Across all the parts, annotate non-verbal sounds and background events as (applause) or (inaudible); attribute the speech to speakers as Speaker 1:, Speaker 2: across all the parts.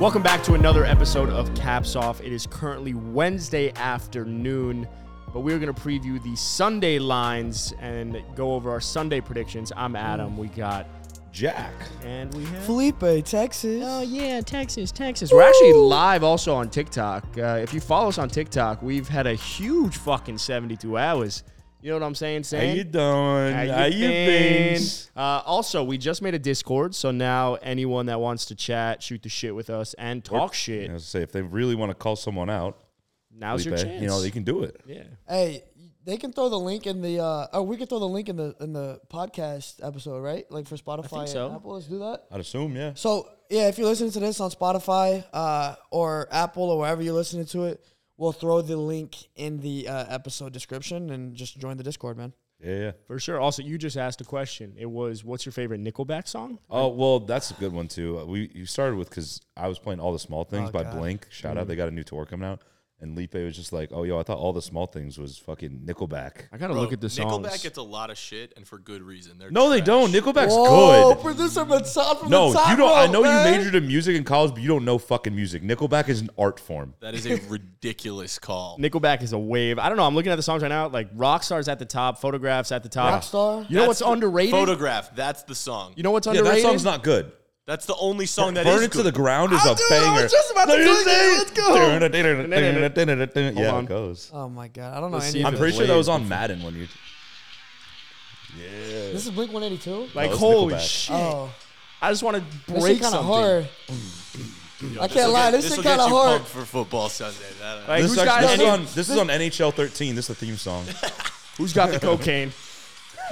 Speaker 1: Welcome back to another episode of Caps Off. It is currently Wednesday afternoon, but we're going to preview the Sunday lines and go over our Sunday predictions. I'm Adam. We got
Speaker 2: Jack.
Speaker 1: and we have.
Speaker 3: Felipe, Texas.
Speaker 1: Oh yeah, Texas, Texas. We're actually live also on TikTok. Uh, if you follow us on TikTok, we've had a huge fucking 72 hours. You know what I'm saying?
Speaker 2: How
Speaker 1: Saying
Speaker 2: you doing?
Speaker 1: How you been?
Speaker 2: things?
Speaker 1: Uh, also, we just made a Discord, so now anyone that wants to chat, shoot the shit with us, and talk shit,
Speaker 2: I was say if they really want to call someone out,
Speaker 1: now's your
Speaker 2: Felipe,
Speaker 1: chance.
Speaker 2: you know they can do it.
Speaker 1: yeah.
Speaker 3: Hey, they can throw the link in the. Uh, oh, we can throw the link in the in the podcast episode, right? Like for Spotify and
Speaker 1: so.
Speaker 3: Apple. Let's do that.
Speaker 2: I'd assume, yeah.
Speaker 3: So yeah, if you're listening to this on Spotify uh, or Apple or wherever you're listening to it, we'll throw the link in the uh, episode description and just join the Discord, man.
Speaker 2: Yeah, yeah.
Speaker 1: For sure. Also, you just asked a question. It was, what's your favorite Nickelback song?
Speaker 2: Oh well, that's a good one too. Uh, We you started with because I was playing all the small things
Speaker 3: Oh,
Speaker 2: by Blink. Shout out, they got a new tour coming out, and Lipe was just like, "Oh yo, I thought all the small things was fucking Nickelback."
Speaker 1: I gotta
Speaker 4: Bro,
Speaker 1: look at the songs.
Speaker 4: Oh, Nickelback gets a lot of shit, and for good reason. They're
Speaker 2: No, they
Speaker 4: trash.
Speaker 2: don't. Nickelback's
Speaker 3: Whoa,
Speaker 2: good.
Speaker 3: producer Matsad from
Speaker 2: No,
Speaker 3: the top
Speaker 2: you don't. I
Speaker 3: rope,
Speaker 2: know
Speaker 3: man.
Speaker 2: you majored in music in college, but you don't know fucking music. Nickelback is an art form.
Speaker 4: That is a ridiculous call.
Speaker 1: Nickelback is a wave. I don't know. I'm looking at the songs right now. Like Rockstar's at the top, Photographs at the top.
Speaker 3: Rockstar?
Speaker 1: You know
Speaker 4: That's
Speaker 1: what's
Speaker 4: the-
Speaker 1: underrated?
Speaker 4: Photograph. That's the song.
Speaker 1: you know what's
Speaker 2: Yeah,
Speaker 1: underrated?
Speaker 2: that song's not good.
Speaker 4: that's the only song that is
Speaker 2: Burn it to
Speaker 4: good.
Speaker 2: the ground is
Speaker 3: Oh,
Speaker 2: a
Speaker 3: dude, I was
Speaker 2: banger.
Speaker 3: just about to
Speaker 2: Don't you
Speaker 3: play that.
Speaker 2: say-
Speaker 3: Let's go.
Speaker 2: (laughs) Yeah,
Speaker 1: on.
Speaker 2: it goes.
Speaker 3: Oh my god, I don't know
Speaker 1: Let's
Speaker 3: any.
Speaker 1: see
Speaker 3: of
Speaker 1: if
Speaker 2: I'm
Speaker 1: it
Speaker 3: it.
Speaker 2: pretty sure that was
Speaker 1: played.
Speaker 2: on Madden when you.
Speaker 3: This is Blink
Speaker 1: like
Speaker 3: 182.
Speaker 2: No, it's
Speaker 1: holy
Speaker 2: Nickelback.
Speaker 1: shit.
Speaker 3: Oh,
Speaker 1: I just want to
Speaker 3: this shit
Speaker 1: break
Speaker 3: kind of
Speaker 1: something.
Speaker 3: hard. I
Speaker 4: This'll
Speaker 3: can't lie,
Speaker 4: get-
Speaker 3: this shit
Speaker 4: this'll get
Speaker 3: kind of
Speaker 4: you
Speaker 3: hard.
Speaker 4: pumped for football Sunday. That- uh,
Speaker 1: Like,
Speaker 2: This,
Speaker 1: who's
Speaker 2: is
Speaker 1: got
Speaker 2: actually, this, is
Speaker 1: any-
Speaker 2: on, this is on NHL 13. This is the theme song.
Speaker 1: who's
Speaker 3: (laughs)
Speaker 1: got the cocaine?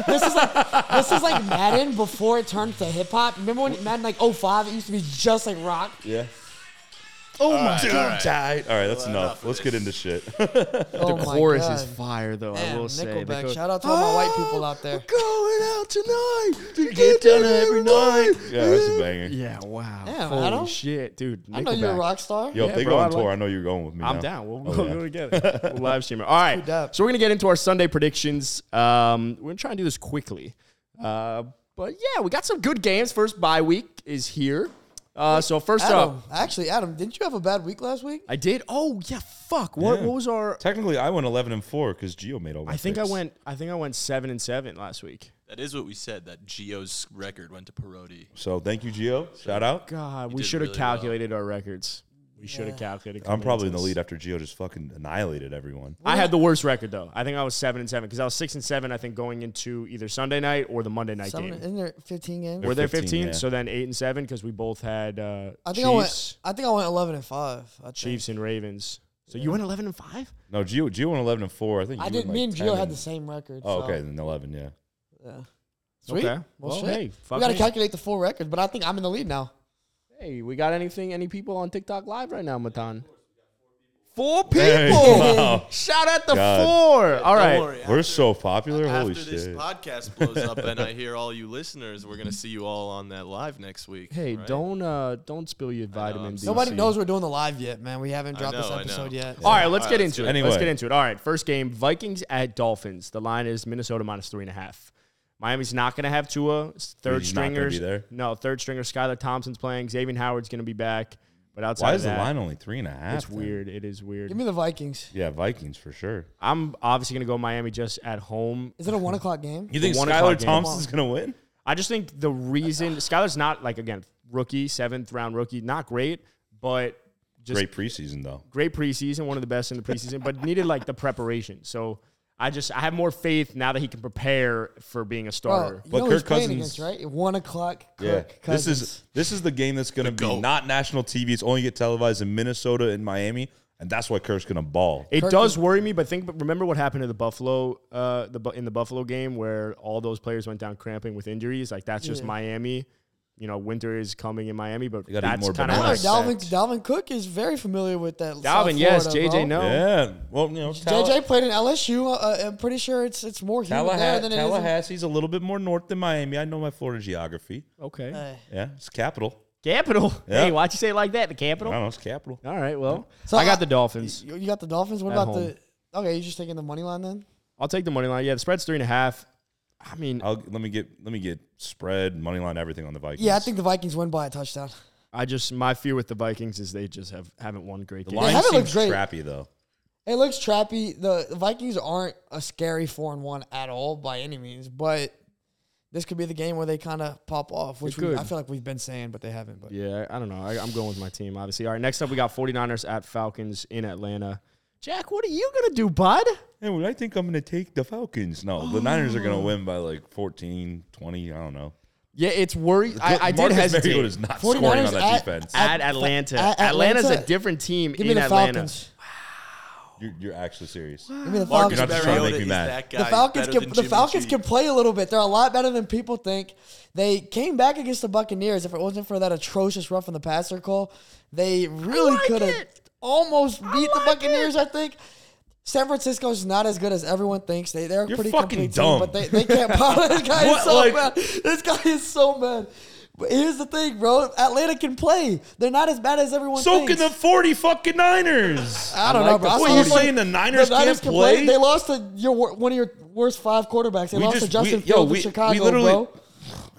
Speaker 3: This is like this is like Madden before it turned to hip hop. Remember when Madden like 05, it used to be just like rock.
Speaker 2: (laughs) yeah.
Speaker 1: Oh
Speaker 4: all
Speaker 1: my
Speaker 4: right,
Speaker 2: Dude,
Speaker 4: all right.
Speaker 2: died. All right, that's
Speaker 4: Well,
Speaker 2: enough.
Speaker 4: enough of
Speaker 2: Let's get into shit. (laughs)
Speaker 3: Oh
Speaker 1: The
Speaker 3: my
Speaker 1: chorus
Speaker 3: God.
Speaker 1: is fire, though. I
Speaker 3: Damn,
Speaker 1: will say. The
Speaker 3: Nickelback.
Speaker 1: co-
Speaker 3: Shout out to all my white (gasps) people out there.
Speaker 1: (laughs) going out tonight to
Speaker 2: get down every night. Yeah, (laughs) that's a banger.
Speaker 1: Yeah, wow.
Speaker 3: Damn,
Speaker 1: Holy
Speaker 3: Adam.
Speaker 1: shit, dude.
Speaker 3: I know you're a
Speaker 1: Nickelback.
Speaker 3: rock star.
Speaker 2: Yo,
Speaker 1: Yeah,
Speaker 2: if they
Speaker 1: bro,
Speaker 2: go
Speaker 1: I
Speaker 2: on
Speaker 1: like-
Speaker 2: town. I know you're going with me.
Speaker 1: I'm
Speaker 2: now.
Speaker 1: down. We'll,
Speaker 2: Oh,
Speaker 1: we'll
Speaker 2: yeah.
Speaker 1: do it together. We'll live stream it. All right.
Speaker 3: dat?
Speaker 1: So we're gonna get into our Sunday predictions. Um, we're gonna try and do this quickly. Uh, but yeah, we got some good games. First bye week is here. Uh, so first
Speaker 3: Adam,
Speaker 1: up,
Speaker 3: actually, Adam, didn't you have a bad week last week?
Speaker 1: I did. Oh yeah, fuck. What
Speaker 2: Yeah.
Speaker 1: what was our?
Speaker 2: Technically, I went 11 and 4 because Geo made all my
Speaker 1: I think I
Speaker 2: picks.
Speaker 1: went. I think I went seven and seven last week.
Speaker 4: That is what we said. That Geo's record went to Parodi.
Speaker 2: So thank you, Geo. Shout out.
Speaker 1: God, we
Speaker 4: did
Speaker 1: should have
Speaker 4: really well.
Speaker 1: calculated our records. We should have calculated.
Speaker 2: I'm
Speaker 1: coming
Speaker 2: probably in
Speaker 1: into
Speaker 2: the
Speaker 1: this.
Speaker 2: lead after Geo just fucking annihilated everyone.
Speaker 1: I had the worst record though. I think I was seven and seven because I was six and seven. I think going into either Sunday night or the Monday night
Speaker 3: Seven,
Speaker 1: game.
Speaker 3: isn't there 15 games?
Speaker 1: Were there
Speaker 2: 15,
Speaker 1: 15?
Speaker 2: yeah.
Speaker 1: So then 8 and 7 because we both had uh,
Speaker 3: I think I went.
Speaker 1: Chiefs,
Speaker 3: I think I went 11 and five. I think.
Speaker 1: Chiefs and Ravens. So you went 11 and 5?
Speaker 2: No, Geo, Geo went 11 and 4. I think
Speaker 3: I
Speaker 2: you
Speaker 3: did.
Speaker 2: went, like,
Speaker 3: me and
Speaker 2: 10
Speaker 3: Gio had the same record.
Speaker 2: Oh,
Speaker 3: so,
Speaker 2: okay, then 11, yeah.
Speaker 3: Yeah. Sweet.
Speaker 1: Okay.
Speaker 3: Well,
Speaker 1: Well,
Speaker 3: shit.
Speaker 1: hey, fuck
Speaker 3: we gotta
Speaker 1: me.
Speaker 3: calculate the full record, but I think I'm in the lead now.
Speaker 1: Hey, we got anything, any people on TikTok live right now, Matan? Four people.
Speaker 2: Hey, wow.
Speaker 1: Shout out the
Speaker 2: God.
Speaker 1: four. All
Speaker 4: Don't
Speaker 1: right.
Speaker 4: worry,
Speaker 2: We're
Speaker 4: after-
Speaker 2: so popular. Holy
Speaker 4: After this
Speaker 2: shit.
Speaker 4: podcast blows up
Speaker 2: (laughs)
Speaker 4: and I hear all you listeners, we're gonna see you all on that live next week.
Speaker 1: Hey,
Speaker 4: right?
Speaker 1: don't uh, don't spill your vitamin
Speaker 4: I'm
Speaker 1: D.
Speaker 4: so-
Speaker 3: Nobody
Speaker 4: see.
Speaker 3: knows we're doing the live yet, man. We haven't
Speaker 4: I
Speaker 3: dropped this
Speaker 4: know, I know.
Speaker 3: episode yet.
Speaker 1: All right, let's get
Speaker 4: All right, let's
Speaker 1: into it.
Speaker 4: do it.
Speaker 1: Let's
Speaker 2: Anyway.
Speaker 1: get into it. All right, first game Vikings at Dolphins. The line is Minnesota minus three and a half. Miami's not going to have Tua. It's Third
Speaker 2: He's not gonna
Speaker 1: stringers.
Speaker 2: be there.
Speaker 1: No, third stringer Skylar Thompson's playing. Xavier Howard's going to be back. But outside
Speaker 2: Why
Speaker 1: of
Speaker 2: is the
Speaker 1: that,
Speaker 2: line only three and a half?
Speaker 1: It's
Speaker 2: then?
Speaker 1: weird. It is weird.
Speaker 3: Give me the Vikings.
Speaker 2: Yeah, Vikings for sure.
Speaker 1: I'm obviously going to go Miami just at home.
Speaker 3: Is it a one o'clock game?
Speaker 2: You think
Speaker 1: one o'clock
Speaker 2: Skylar
Speaker 1: game.
Speaker 2: Thompson's gonna win?
Speaker 1: I just think the reason Skylar's not like again rookie seventh round rookie, not great, but just
Speaker 2: Great preseason though.
Speaker 1: great preseason, one of the best in the preseason, but needed like the preparation. So I just I have more faith now that he can prepare for being a starter.
Speaker 3: Bro, you
Speaker 2: But
Speaker 3: know who he's
Speaker 2: Kirk
Speaker 3: playing
Speaker 2: Cousins-
Speaker 3: against, right? One o'clock.
Speaker 2: Yeah,
Speaker 3: Kirk
Speaker 2: this
Speaker 3: Cousins.
Speaker 2: is this is the game that's gonna be
Speaker 4: GOAT.
Speaker 2: not national TV. It's only get televised in Minnesota and Miami, and that's why Kirk's gonna ball.
Speaker 1: it
Speaker 3: Kirk
Speaker 1: does worry me, but think but remember what happened to the Buffalo uh the Bu- in the Buffalo game where all those players went down cramping with injuries. Like that's just
Speaker 3: Yeah.
Speaker 1: Miami. You know, winter is coming in Miami, but
Speaker 2: gotta eat
Speaker 1: that's
Speaker 2: more
Speaker 1: kind of
Speaker 3: I know
Speaker 2: bananas.
Speaker 3: Dalvin, Dalvin Cook is very familiar with that.
Speaker 1: Dalvin, yes, JJ, no.
Speaker 3: no.
Speaker 2: Yeah, well, you know, Talla-
Speaker 3: JJ played in LSU. Uh, I'm pretty sure it's it's more humid there
Speaker 2: Tallaha-
Speaker 3: than it is. in-
Speaker 2: Tallahassee's a little bit more north than Miami. I know my Florida geography.
Speaker 1: Okay,
Speaker 3: Uh,
Speaker 2: Yeah, it's capital.
Speaker 1: capital.
Speaker 2: Yeah.
Speaker 1: Hey, why'd you say it like that? The
Speaker 2: I
Speaker 1: capital.
Speaker 2: don't know, it's capital.
Speaker 1: All right, well,
Speaker 3: So
Speaker 1: I got
Speaker 3: I-
Speaker 1: the Dolphins.
Speaker 3: you, you got the Dolphins. What
Speaker 1: At
Speaker 3: about
Speaker 1: home.
Speaker 3: the? Okay, you're just taking the money line then.
Speaker 1: I'll take the money line. Yeah, the spread's three and a half. I mean,
Speaker 2: I'll let me get let me get spread money line everything on the Vikings.
Speaker 3: Yeah, I think the Vikings win by a touchdown.
Speaker 1: I just my fear with the Vikings is they just have haven't won great
Speaker 2: The
Speaker 1: games.
Speaker 2: line
Speaker 3: haven't
Speaker 2: seems
Speaker 3: looked great.
Speaker 2: trappy though.
Speaker 3: It looks trappy. The the Vikings aren't a scary four and one at all by any means, but this could be the game where they kind of pop off, which
Speaker 1: It
Speaker 3: we,
Speaker 1: could.
Speaker 3: I feel like we've been saying, but they haven't. But
Speaker 1: Yeah, I don't know. I, I'm going with my team, obviously. All right, next up we got 49ers at Falcons in Atlanta. Jack, what are you gonna do, bud?
Speaker 2: And I think I'm going to take the Falcons. No, the Niners are going
Speaker 3: Oh.
Speaker 2: to win by like 14, 20. I don't know.
Speaker 1: Yeah, it's worry. I, I did
Speaker 2: Marcus
Speaker 1: hesitate.
Speaker 2: Mariota is not
Speaker 3: 49ers
Speaker 2: scoring on that
Speaker 3: at-
Speaker 2: defense.
Speaker 1: At Atlanta.
Speaker 3: At
Speaker 1: Atlanta's a
Speaker 3: Atlanta.
Speaker 1: different team
Speaker 3: give me
Speaker 1: in
Speaker 3: the
Speaker 1: Atlanta.
Speaker 3: Falcons.
Speaker 2: you're, you're actually serious.
Speaker 3: Give me the
Speaker 4: Marcus
Speaker 2: You're not
Speaker 3: Falcons.
Speaker 2: just trying to make
Speaker 4: Mariota
Speaker 2: me
Speaker 4: is
Speaker 2: mad.
Speaker 4: that guy.
Speaker 3: The Falcons
Speaker 4: better
Speaker 3: can
Speaker 4: than
Speaker 3: the
Speaker 4: Jimmy
Speaker 3: Falcons
Speaker 4: G.
Speaker 3: can play a little bit. They're a lot better than people think. They came back against the Buccaneers. If it wasn't for that atrocious rough in the passer call, they really
Speaker 1: like
Speaker 3: could have
Speaker 1: it.
Speaker 3: almost beat the
Speaker 1: like
Speaker 3: Buccaneers. I think San Francisco is not as good as everyone thinks. They they're a
Speaker 2: You're
Speaker 3: pretty
Speaker 2: fucking
Speaker 3: complete
Speaker 2: dumb.
Speaker 3: team, but they, they can't power. this guy is
Speaker 2: What,
Speaker 3: so
Speaker 2: like-
Speaker 3: bad. This guy is so bad. But here's the thing, bro. Atlanta can play. They're not as bad as everyone
Speaker 2: So
Speaker 3: thinks.
Speaker 2: can the 40 fucking Niners.
Speaker 3: I don't know, bro. I
Speaker 2: What
Speaker 3: saw
Speaker 2: are you
Speaker 3: this one-
Speaker 2: saying? The Niners
Speaker 3: the Niners
Speaker 2: can't
Speaker 3: can play.
Speaker 2: play?
Speaker 3: They lost to your wor- one of your worst five quarterbacks. They
Speaker 2: We
Speaker 3: lost
Speaker 2: just-
Speaker 3: to Justin
Speaker 2: we- yo,
Speaker 3: Fields in
Speaker 2: we- we
Speaker 3: Chicago,
Speaker 2: literally-
Speaker 3: bro.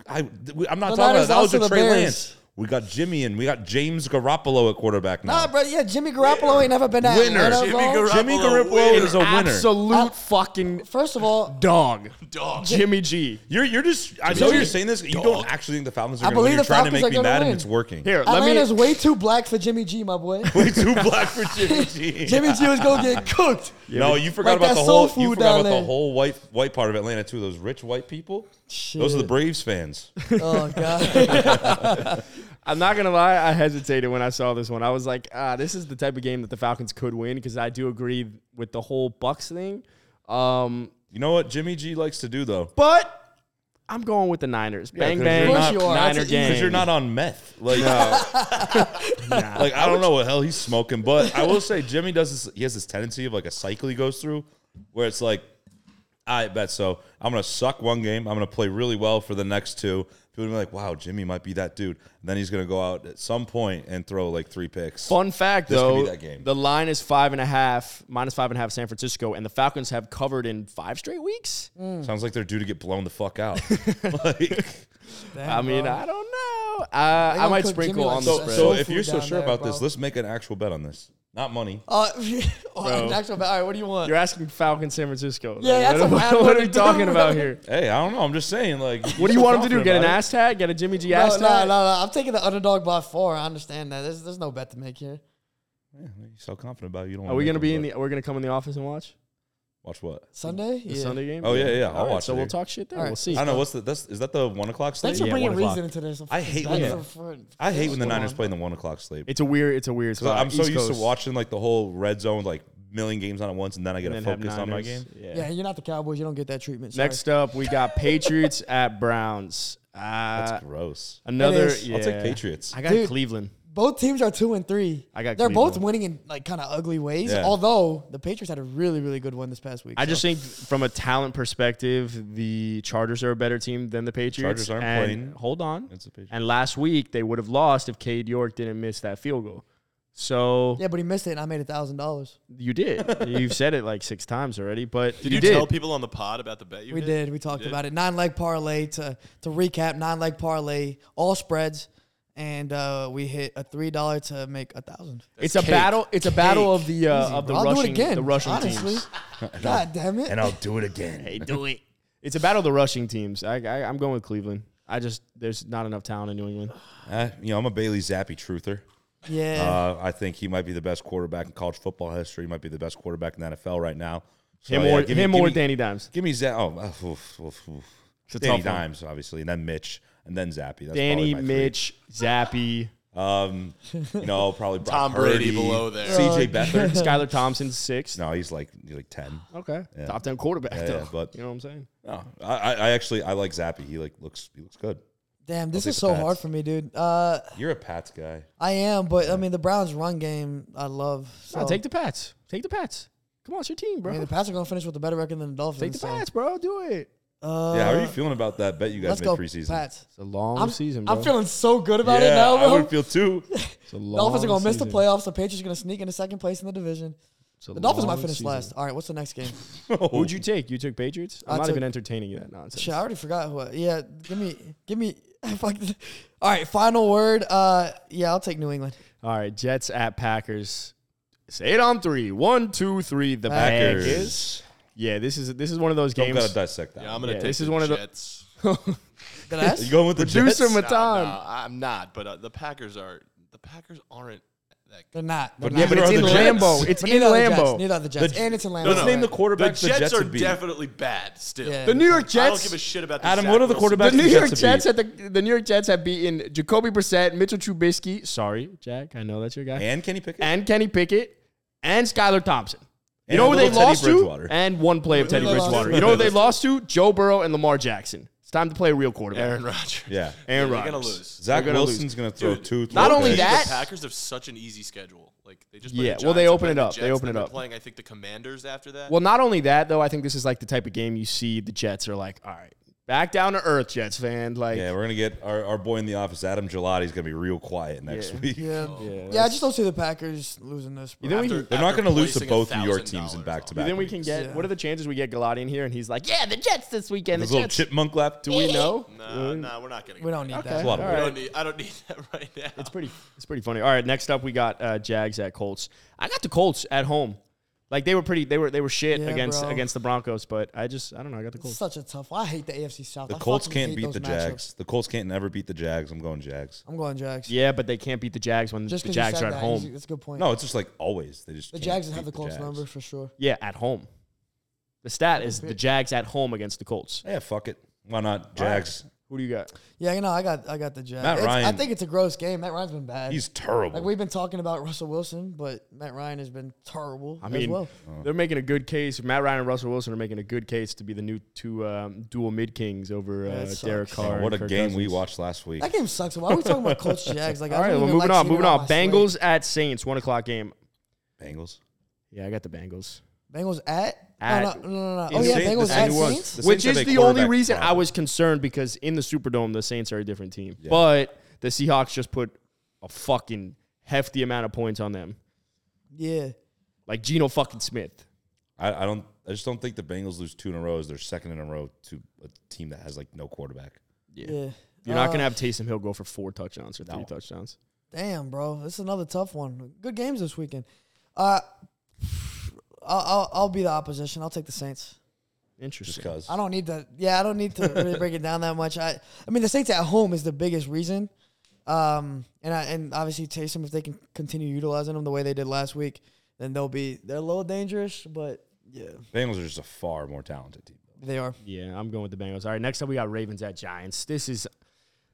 Speaker 2: I, th- we- I'm not
Speaker 3: The
Speaker 2: talking about
Speaker 3: Niners
Speaker 2: that.
Speaker 3: lost
Speaker 2: That was
Speaker 3: to
Speaker 2: a
Speaker 3: the
Speaker 2: Trey
Speaker 3: Bears.
Speaker 2: Lance. We got Jimmy and we got James Garoppolo at quarterback now.
Speaker 3: Nah, Ah, bro. Yeah, Jimmy Garoppolo ain't never been at
Speaker 2: Winner.
Speaker 3: Atlanta,
Speaker 4: Jimmy
Speaker 3: bro.
Speaker 4: Garoppolo.
Speaker 2: Jimmy Garoppolo
Speaker 4: wins.
Speaker 2: is a winner.
Speaker 1: Absolute
Speaker 3: Uh,
Speaker 1: fucking
Speaker 3: First
Speaker 2: (laughs)
Speaker 3: of all,
Speaker 1: dog.
Speaker 4: Dog.
Speaker 1: Jimmy G.
Speaker 2: You're you're just. I know you're
Speaker 4: G.
Speaker 2: saying this. You
Speaker 4: Dog.
Speaker 2: don't actually think the Falcons are
Speaker 3: I
Speaker 2: going to win.
Speaker 3: believe
Speaker 2: You're
Speaker 3: the
Speaker 2: trying to
Speaker 3: Falcons
Speaker 2: make
Speaker 3: are
Speaker 2: me
Speaker 3: gonna
Speaker 2: mad, and
Speaker 3: win.
Speaker 2: it's working.
Speaker 1: Here, let me.
Speaker 3: Atlanta's way too black for Jimmy G,
Speaker 2: (laughs)
Speaker 3: my boy.
Speaker 2: way too black for Jimmy G.
Speaker 3: Jimmy G was gonna
Speaker 2: (laughs)
Speaker 3: get cooked.
Speaker 2: no, you forgot
Speaker 3: Like
Speaker 2: about
Speaker 3: that
Speaker 2: the
Speaker 3: soul
Speaker 2: whole. You
Speaker 3: food
Speaker 2: forgot
Speaker 3: down
Speaker 2: about the
Speaker 3: there.
Speaker 2: whole white white part of Atlanta too. Those rich white people. Those are the
Speaker 3: Shit.
Speaker 2: Braves fans. (laughs)
Speaker 3: Oh god.
Speaker 1: I'm not gonna lie, I hesitated when I saw this one. I was like, ah, this is the type of game that the Falcons could win because I do agree with the whole Bucks thing. Um,
Speaker 2: You know what Jimmy G likes to do though?
Speaker 1: but I'm going with the Niners. bang
Speaker 2: 'cause
Speaker 1: bang,
Speaker 2: you're not- Of course
Speaker 3: you are.
Speaker 1: Niner
Speaker 3: That's an easy-
Speaker 1: game.
Speaker 2: Because you're not on meth. Like, (laughs) like I don't know what hell he's smoking, but I will say Jimmy does this. He has this tendency of like a cycle he goes through, where it's like, I bet so. I'm gonna suck one game. I'm gonna play really well for the next two. People will be like, wow, Jimmy might be that dude. And then he's gonna go out at some point and throw like three picks.
Speaker 1: Fun fact,
Speaker 2: This could
Speaker 1: though,
Speaker 2: be that game.
Speaker 1: the line is five and a half, minus five and a half, San Francisco, and the Falcons have covered in five straight weeks.
Speaker 2: Sounds like they're due to get blown the
Speaker 1: (laughs)
Speaker 2: fuck out. like,
Speaker 1: I mean, I don't know. Uh, I
Speaker 3: gonna
Speaker 1: might
Speaker 3: cook Jimmy
Speaker 1: sprinkle
Speaker 3: like
Speaker 1: on
Speaker 2: so,
Speaker 1: the
Speaker 3: That's
Speaker 2: so
Speaker 3: soul
Speaker 1: spread.
Speaker 2: if
Speaker 3: food
Speaker 2: you're so
Speaker 3: down
Speaker 2: sure
Speaker 3: there,
Speaker 2: about
Speaker 3: bro.
Speaker 2: this, let's make an actual bet on this. Not money.
Speaker 3: Uh, (laughs) oh, an actual, all right, what do you want?
Speaker 1: You're asking Falcons, San Francisco.
Speaker 3: Yeah,
Speaker 1: Like,
Speaker 3: that's
Speaker 1: what,
Speaker 3: a bad
Speaker 1: what
Speaker 3: one
Speaker 1: are
Speaker 3: to
Speaker 1: we
Speaker 3: do,
Speaker 1: talking
Speaker 3: bro.
Speaker 1: about here?
Speaker 2: Hey, I don't know. I'm just saying. Like,
Speaker 1: What do you want them to do? Get an
Speaker 2: ass?
Speaker 1: ass tag? Get a Jimmy G
Speaker 3: no,
Speaker 1: ass
Speaker 3: no, no,
Speaker 1: tag?
Speaker 3: no. I'm taking the underdog by four. I understand that. There's, there's no bet to make here.
Speaker 2: You're so confident about it, you don't.
Speaker 1: Are we gonna be in the? We're gonna come in the office and watch
Speaker 2: watch what?
Speaker 3: Sunday?
Speaker 1: the Sunday game.
Speaker 2: Oh, yeah, yeah, I'll
Speaker 1: All right,
Speaker 2: watch
Speaker 1: So
Speaker 2: it,
Speaker 1: we'll
Speaker 2: dude.
Speaker 1: talk shit there.
Speaker 3: All right.
Speaker 1: We'll see.
Speaker 2: I don't know. What's the? That's is that the one o'clock slate?
Speaker 3: Thanks for
Speaker 2: Yeah,
Speaker 3: bringing
Speaker 2: one o'clock.
Speaker 3: reason into this.
Speaker 2: I hate
Speaker 3: Thanks
Speaker 2: when
Speaker 3: for-
Speaker 2: the-
Speaker 3: for-
Speaker 2: I hate when the
Speaker 3: Come
Speaker 2: Niners
Speaker 3: on.
Speaker 2: play in the one o'clock slate.
Speaker 1: It's a weird. It's a weird
Speaker 2: Because
Speaker 1: spot.
Speaker 2: I'm so
Speaker 1: East
Speaker 2: used to
Speaker 1: Coast.
Speaker 2: watching like the whole red zone, like million games on at once, and then I get to
Speaker 1: And then have
Speaker 2: focus on my game.
Speaker 1: Niners. Yeah.
Speaker 3: Yeah, you're not the Cowboys. You don't get that treatment. Sorry.
Speaker 1: Next up, we got Patriots at Browns. Uh,
Speaker 2: That's gross.
Speaker 1: another.
Speaker 3: It is.
Speaker 1: Yeah.
Speaker 2: I'll take Patriots.
Speaker 1: I got
Speaker 3: Dude.
Speaker 1: Cleveland.
Speaker 3: both teams are two and three.
Speaker 1: I got
Speaker 3: They're both
Speaker 1: Cleveland.
Speaker 3: winning in like kind of ugly ways.
Speaker 2: Yeah.
Speaker 3: Although the Patriots had a really really good one this past week.
Speaker 1: I
Speaker 3: so.
Speaker 1: just think from a talent perspective, the Chargers are a better team than the Patriots.
Speaker 2: Chargers aren't
Speaker 1: and
Speaker 2: playing.
Speaker 1: Hold on.
Speaker 2: It's the Patriots.
Speaker 1: And last week they would have lost if Cade York didn't miss that field goal. So
Speaker 3: yeah, but he missed it, and I made a thousand dollars.
Speaker 1: you did. You've said it like six times already, but
Speaker 4: Did you,
Speaker 1: you, did.
Speaker 4: tell people on the pod about the bet you
Speaker 3: We
Speaker 4: did?
Speaker 3: did. We talked
Speaker 4: did?
Speaker 3: about it. Nine leg parlay to to recap. Nine leg parlay, all spreads, and uh, we hit a three dollar to make a thousand.
Speaker 1: it's a battle. It's a battle of the uh,
Speaker 3: Easy,
Speaker 1: of the
Speaker 3: bro. I'll
Speaker 1: rushing
Speaker 3: do it again.
Speaker 1: the rushing (laughs)
Speaker 3: honestly.
Speaker 1: teams. uh,
Speaker 3: God damn it.
Speaker 2: And I'll do it again.
Speaker 1: (laughs) Hey, do it. It's a battle of the rushing teams. I, I I'm going with Cleveland. I just there's not enough talent in New England.
Speaker 2: Uh, you know, I'm a Bailey Zappi truther.
Speaker 3: yeah.
Speaker 2: Uh, I think he might be the best quarterback in college football history. He might be the best quarterback in the NFL right now. So,
Speaker 1: Him
Speaker 2: yeah,
Speaker 1: or
Speaker 2: give me-
Speaker 1: him
Speaker 2: give
Speaker 1: or
Speaker 2: me-
Speaker 1: Danny Dimes.
Speaker 2: Give me Zach. Oh, uh, oof, oof, oof.
Speaker 1: a
Speaker 2: Danny
Speaker 1: tough one.
Speaker 2: Dimes, obviously, and then Mitch, and then Zappy. That's probably
Speaker 1: Danny,
Speaker 2: my three.
Speaker 1: Mitch, Zappy,
Speaker 2: (laughs) Um, you know, probably Brock
Speaker 4: Tom Brady
Speaker 2: Purdy,
Speaker 4: below there.
Speaker 1: Oh,
Speaker 2: CJ Beathard.
Speaker 1: (laughs) Skylar Thompson, six.
Speaker 2: no, he's like he's like ten.
Speaker 1: Okay. Top ten quarterback
Speaker 2: Yeah,
Speaker 1: though.
Speaker 2: yeah, but-
Speaker 1: you know what I'm saying?
Speaker 2: No, I, I I actually I like Zappy. He like looks he looks good.
Speaker 3: damn, this
Speaker 2: take
Speaker 3: is
Speaker 2: the
Speaker 3: so
Speaker 2: Pats.
Speaker 3: hard for me, dude. Uh,
Speaker 2: You're a Pats guy.
Speaker 3: I am, but I mean the Browns' run game, I love. So.
Speaker 1: Nah, take the Pats. Take the Pats. Come on, it's your team,
Speaker 3: I
Speaker 1: bro.
Speaker 3: mean, the Pats are going to finish with a better record than the Dolphins.
Speaker 1: take the
Speaker 3: so,
Speaker 1: Pats, bro. Do it.
Speaker 3: Uh,
Speaker 2: yeah, how are you feeling about that bet you guys
Speaker 3: Let's
Speaker 2: made
Speaker 3: go,
Speaker 2: preseason?
Speaker 3: Pats.
Speaker 1: It's a long
Speaker 3: I'm,
Speaker 1: season, bro.
Speaker 3: I'm feeling so good about
Speaker 2: yeah,
Speaker 3: it now,
Speaker 2: I
Speaker 3: bro.
Speaker 2: would feel too.
Speaker 1: It's a long
Speaker 3: Dolphins are going to miss the
Speaker 1: season.
Speaker 3: playoffs. The Patriots are going to sneak into second place in the division.
Speaker 1: So
Speaker 3: The Dolphins might finish last. All right, what's the
Speaker 2: (laughs)
Speaker 3: next game?
Speaker 2: Oh.
Speaker 1: Who'd you take? You took Patriots. I'm
Speaker 3: I
Speaker 1: not
Speaker 3: took-
Speaker 1: even entertaining that nonsense.
Speaker 3: Shit, I already forgot who. I- yeah, give me, give me. (laughs) Fuck. this. All right, final word. Uh, yeah, I'll take New England.
Speaker 1: All right, Jets at Packers. Say it on three. One, two, three. The
Speaker 2: Packers.
Speaker 1: Packers. Yeah, this is this is one of those
Speaker 2: Don't gotta
Speaker 1: games.
Speaker 2: dissect that.
Speaker 4: Yeah, I'm gonna
Speaker 1: Yeah,
Speaker 4: take
Speaker 1: this is
Speaker 4: the
Speaker 1: one of the-
Speaker 4: Jets.
Speaker 3: Did
Speaker 2: (laughs)
Speaker 3: I ask?
Speaker 2: you going with the
Speaker 1: Producer
Speaker 2: Jets?
Speaker 1: Mat-
Speaker 4: No,
Speaker 1: Tom.
Speaker 4: no, I'm not. But uh, the Packers are. The Packers aren't that good.
Speaker 3: They're not. They're
Speaker 2: But
Speaker 3: not.
Speaker 1: yeah, but
Speaker 2: Neither
Speaker 1: it's
Speaker 2: are
Speaker 1: in
Speaker 2: the Jets.
Speaker 1: Lambo. It's
Speaker 3: But
Speaker 1: in
Speaker 3: neither are the Jets.
Speaker 1: Lambo.
Speaker 3: Neither are the Jets, and it's in Lambo.
Speaker 2: Let's name the
Speaker 4: The
Speaker 2: quarterbacks the
Speaker 4: Jets,
Speaker 2: Jets
Speaker 4: are
Speaker 2: would beat.
Speaker 4: definitely bad still.
Speaker 3: Yeah.
Speaker 1: The New York Jets.
Speaker 4: I don't give a shit about the
Speaker 2: Adam,
Speaker 4: Zach
Speaker 2: what are the
Speaker 4: Wilson.
Speaker 2: quarterbacks
Speaker 1: the New
Speaker 2: the
Speaker 1: York
Speaker 2: Jets
Speaker 1: Jets
Speaker 2: would
Speaker 1: had the, the New York Jets have beaten Jacoby Brissett, Mitchell Trubisky. Sorry, Jack, I know that's your guy.
Speaker 2: beat?
Speaker 1: And,
Speaker 2: And Kenny Pickett?
Speaker 1: Kenny Pickett and Skylar Thompson. You
Speaker 2: And
Speaker 1: know
Speaker 2: a
Speaker 1: who they
Speaker 2: little Teddy
Speaker 1: lost to?
Speaker 2: Bridgewater.
Speaker 1: And one play of Teddy
Speaker 3: they lost
Speaker 1: Bridgewater.
Speaker 3: to?
Speaker 1: You know who they lost to? Joe Burrow and Lamar Jackson. It's time to play a real quarterback.
Speaker 4: Aaron Rodgers.
Speaker 2: yeah.
Speaker 1: Aaron
Speaker 4: They're gonna
Speaker 1: Rodgers.
Speaker 4: lose.
Speaker 2: Zach
Speaker 1: gonna
Speaker 2: Wilson's
Speaker 1: lose.
Speaker 2: gonna throw
Speaker 4: Dude,
Speaker 2: two.
Speaker 1: not
Speaker 2: throw
Speaker 1: only
Speaker 2: picks.
Speaker 1: that-
Speaker 4: The Packers have such an easy schedule. Like they just play
Speaker 1: Yeah,
Speaker 4: The
Speaker 1: well, they
Speaker 4: Giants,
Speaker 1: open
Speaker 4: play
Speaker 1: it
Speaker 4: the
Speaker 1: up. They
Speaker 4: Jets,
Speaker 1: open
Speaker 4: then
Speaker 1: it
Speaker 4: they're
Speaker 1: up.
Speaker 4: Playing, I think the Commanders after that.
Speaker 1: Well, not only that though, I think this is like the type of game you see the Jets are like, all right, back down to earth, Jets fan. Like,
Speaker 2: Yeah, we're gonna get our, our boy in the office, Adam Gelati's gonna be real quiet next
Speaker 1: Yeah.
Speaker 2: week. (laughs)
Speaker 3: Yeah.
Speaker 1: Yeah,
Speaker 3: yeah, I just don't see the Packers losing this.
Speaker 1: You think we
Speaker 4: After-
Speaker 1: can-
Speaker 2: They're not
Speaker 4: after
Speaker 2: gonna lose to
Speaker 4: placing
Speaker 2: both New York
Speaker 4: $1,000
Speaker 2: teams in back to
Speaker 1: you
Speaker 2: back.
Speaker 1: think we can get?
Speaker 3: Yeah.
Speaker 1: What are the chances we get Galati in here and he's like, yeah, the Jets this weekend. The
Speaker 2: There's a little
Speaker 1: Jets.
Speaker 2: chipmunk lap.
Speaker 1: Do we know?
Speaker 4: Nah, nah, we're not gonna.
Speaker 3: we don't need
Speaker 1: Okay.
Speaker 3: that.
Speaker 2: lot of
Speaker 1: all
Speaker 4: I don't
Speaker 1: right.
Speaker 4: need. I don't need that (laughs) right now.
Speaker 1: It's pretty. It's pretty funny. All right, next up we got uh, Jags at Colts. I got the Colts at home. Like they were pretty. They were they were shit
Speaker 3: Yeah,
Speaker 1: against
Speaker 3: bro.
Speaker 1: against the Broncos, but I just I don't know. I got the Colts.
Speaker 3: It's such a tough. one. I hate the AFC South.
Speaker 2: The
Speaker 3: I
Speaker 2: Colts
Speaker 3: fucking
Speaker 2: can't
Speaker 3: hate
Speaker 2: beat
Speaker 3: those
Speaker 2: the
Speaker 3: matchups.
Speaker 2: Jags. The Colts can't never beat the Jags. I'm going Jags.
Speaker 3: I'm going Jags.
Speaker 1: Yeah, but they can't beat the Jags when
Speaker 3: Just
Speaker 1: the
Speaker 3: 'cause
Speaker 1: Jags
Speaker 3: you
Speaker 1: are
Speaker 3: said
Speaker 1: at
Speaker 3: that,
Speaker 1: home.
Speaker 3: you- that's a good point.
Speaker 2: No, it's just like always. They just
Speaker 3: the
Speaker 2: can't
Speaker 3: Jags
Speaker 2: beat
Speaker 3: have the Colts
Speaker 2: Jags.
Speaker 3: number for sure.
Speaker 1: yeah, at home. The stat is the Jags at home against the Colts.
Speaker 2: Yeah, fuck it. Why not Jags?
Speaker 1: Who do you got?
Speaker 3: Yeah, you know, I got I got the Jags.
Speaker 2: Matt
Speaker 3: It's- I
Speaker 2: Ryan-
Speaker 3: think it's a gross game. Matt Ryan's been bad.
Speaker 2: He's terrible.
Speaker 3: like we've been talking about Russell Wilson, but Matt Ryan has been terrible
Speaker 1: I
Speaker 3: as
Speaker 1: mean,
Speaker 3: well.
Speaker 2: Uh-huh.
Speaker 1: they're making a good case. Matt Ryan and Russell Wilson are making a good case to be the new two um, dual mid kings over
Speaker 3: Yeah,
Speaker 1: uh,
Speaker 3: it sucks.
Speaker 1: Derek Carr.
Speaker 2: what a
Speaker 1: and Kirk
Speaker 2: game we
Speaker 1: Cousins.
Speaker 2: watched last week.
Speaker 3: That game sucks. Why are we talking about Colts Jags? Like,
Speaker 1: All
Speaker 3: I
Speaker 1: right,
Speaker 3: don't
Speaker 1: well,
Speaker 3: even
Speaker 1: moving
Speaker 3: like
Speaker 1: on.
Speaker 3: seeing it
Speaker 1: Moving on.
Speaker 3: my slate.
Speaker 1: Bengals at Saints, one o'clock game.
Speaker 2: Bengals.
Speaker 1: Yeah, I got the Bengals.
Speaker 3: Bengals at.
Speaker 1: At-
Speaker 3: no, no, no, no, no. Oh
Speaker 2: In
Speaker 3: yeah,
Speaker 2: Saint-
Speaker 3: Bengals
Speaker 2: the
Speaker 3: at
Speaker 2: Saints was-
Speaker 3: Saints.
Speaker 2: the
Speaker 1: Which is
Speaker 2: Saints have a
Speaker 1: the only
Speaker 2: quarterback
Speaker 1: reason I
Speaker 2: problem.
Speaker 1: was concerned because in the Superdome the Saints are a different team, but the Seahawks just put a fucking hefty amount of points on them,
Speaker 3: Yeah,
Speaker 1: like Geno fucking Smith.
Speaker 2: I, I don't. I just don't think the Bengals lose two in a row. Is their second in a row to a team that has like no quarterback?
Speaker 3: yeah.
Speaker 1: You're not
Speaker 3: Uh,
Speaker 1: gonna have Taysom Hill go for four touchdowns or three
Speaker 2: No.
Speaker 1: touchdowns.
Speaker 3: Damn, bro, this is another tough one. Good games this weekend. Uh, I'll, I'll I'll be the opposition. I'll take the Saints.
Speaker 2: Just
Speaker 1: Interesting.
Speaker 2: cause.
Speaker 3: I don't need to. Yeah, I don't need to really break it down that much. I I mean, the Saints at home is the biggest reason. Um, and I, and obviously Taysom, if they can continue utilizing them the way they did last week, then they'll be they're a little dangerous, but yeah,
Speaker 2: Bengals are just a far more talented team.
Speaker 3: they are.
Speaker 1: Yeah, I'm going with the Bengals. All right, next up we got Ravens at Giants. This is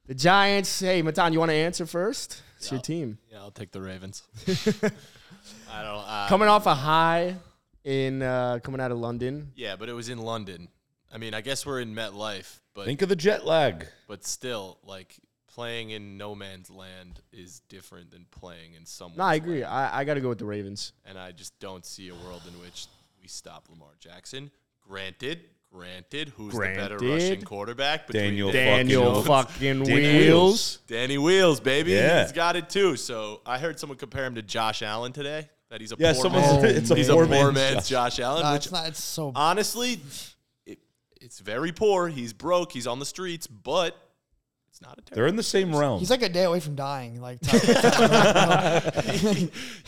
Speaker 1: the Giants. Hey, Matan, you want to answer first? It's your team
Speaker 4: Yeah, I'll take
Speaker 1: (laughs)
Speaker 4: the Ravens. I don't. Uh,
Speaker 1: coming off a high in uh, coming out of London.
Speaker 4: Yeah, but it was in London. I mean, I guess we're in MetLife, but
Speaker 2: Think of the jet lag.
Speaker 4: but still, like playing in no man's land is different than playing in someone's.
Speaker 1: No, I agree. I, I got to go with the Ravens.
Speaker 4: and I just don't see a world in which we stop Lamar Jackson. Granted, granted, who's the better
Speaker 1: Granted.
Speaker 4: rushing quarterback? between
Speaker 2: Daniel
Speaker 4: Dan-
Speaker 1: Daniel
Speaker 2: Wheels.
Speaker 1: fucking
Speaker 2: Daniel
Speaker 1: Wheels.
Speaker 4: Danny Wheels, baby,
Speaker 2: Yeah.
Speaker 4: he's got it too. So I heard someone compare him to Josh Allen today. That he's a
Speaker 2: Yeah,
Speaker 4: poor
Speaker 2: someone
Speaker 4: man's-
Speaker 2: said (laughs) it's a
Speaker 4: he's
Speaker 2: poor
Speaker 4: a poor
Speaker 2: man's
Speaker 4: man's Josh, Allen,
Speaker 3: Nah,
Speaker 4: which
Speaker 3: Uh, it's not. It's so.
Speaker 4: honestly, it, it's very poor. He's broke. He's on the streets, but it's not a terrible.
Speaker 2: They're in the same realm.
Speaker 3: He's like a day away from dying. (laughs) Like, type-
Speaker 4: (laughs)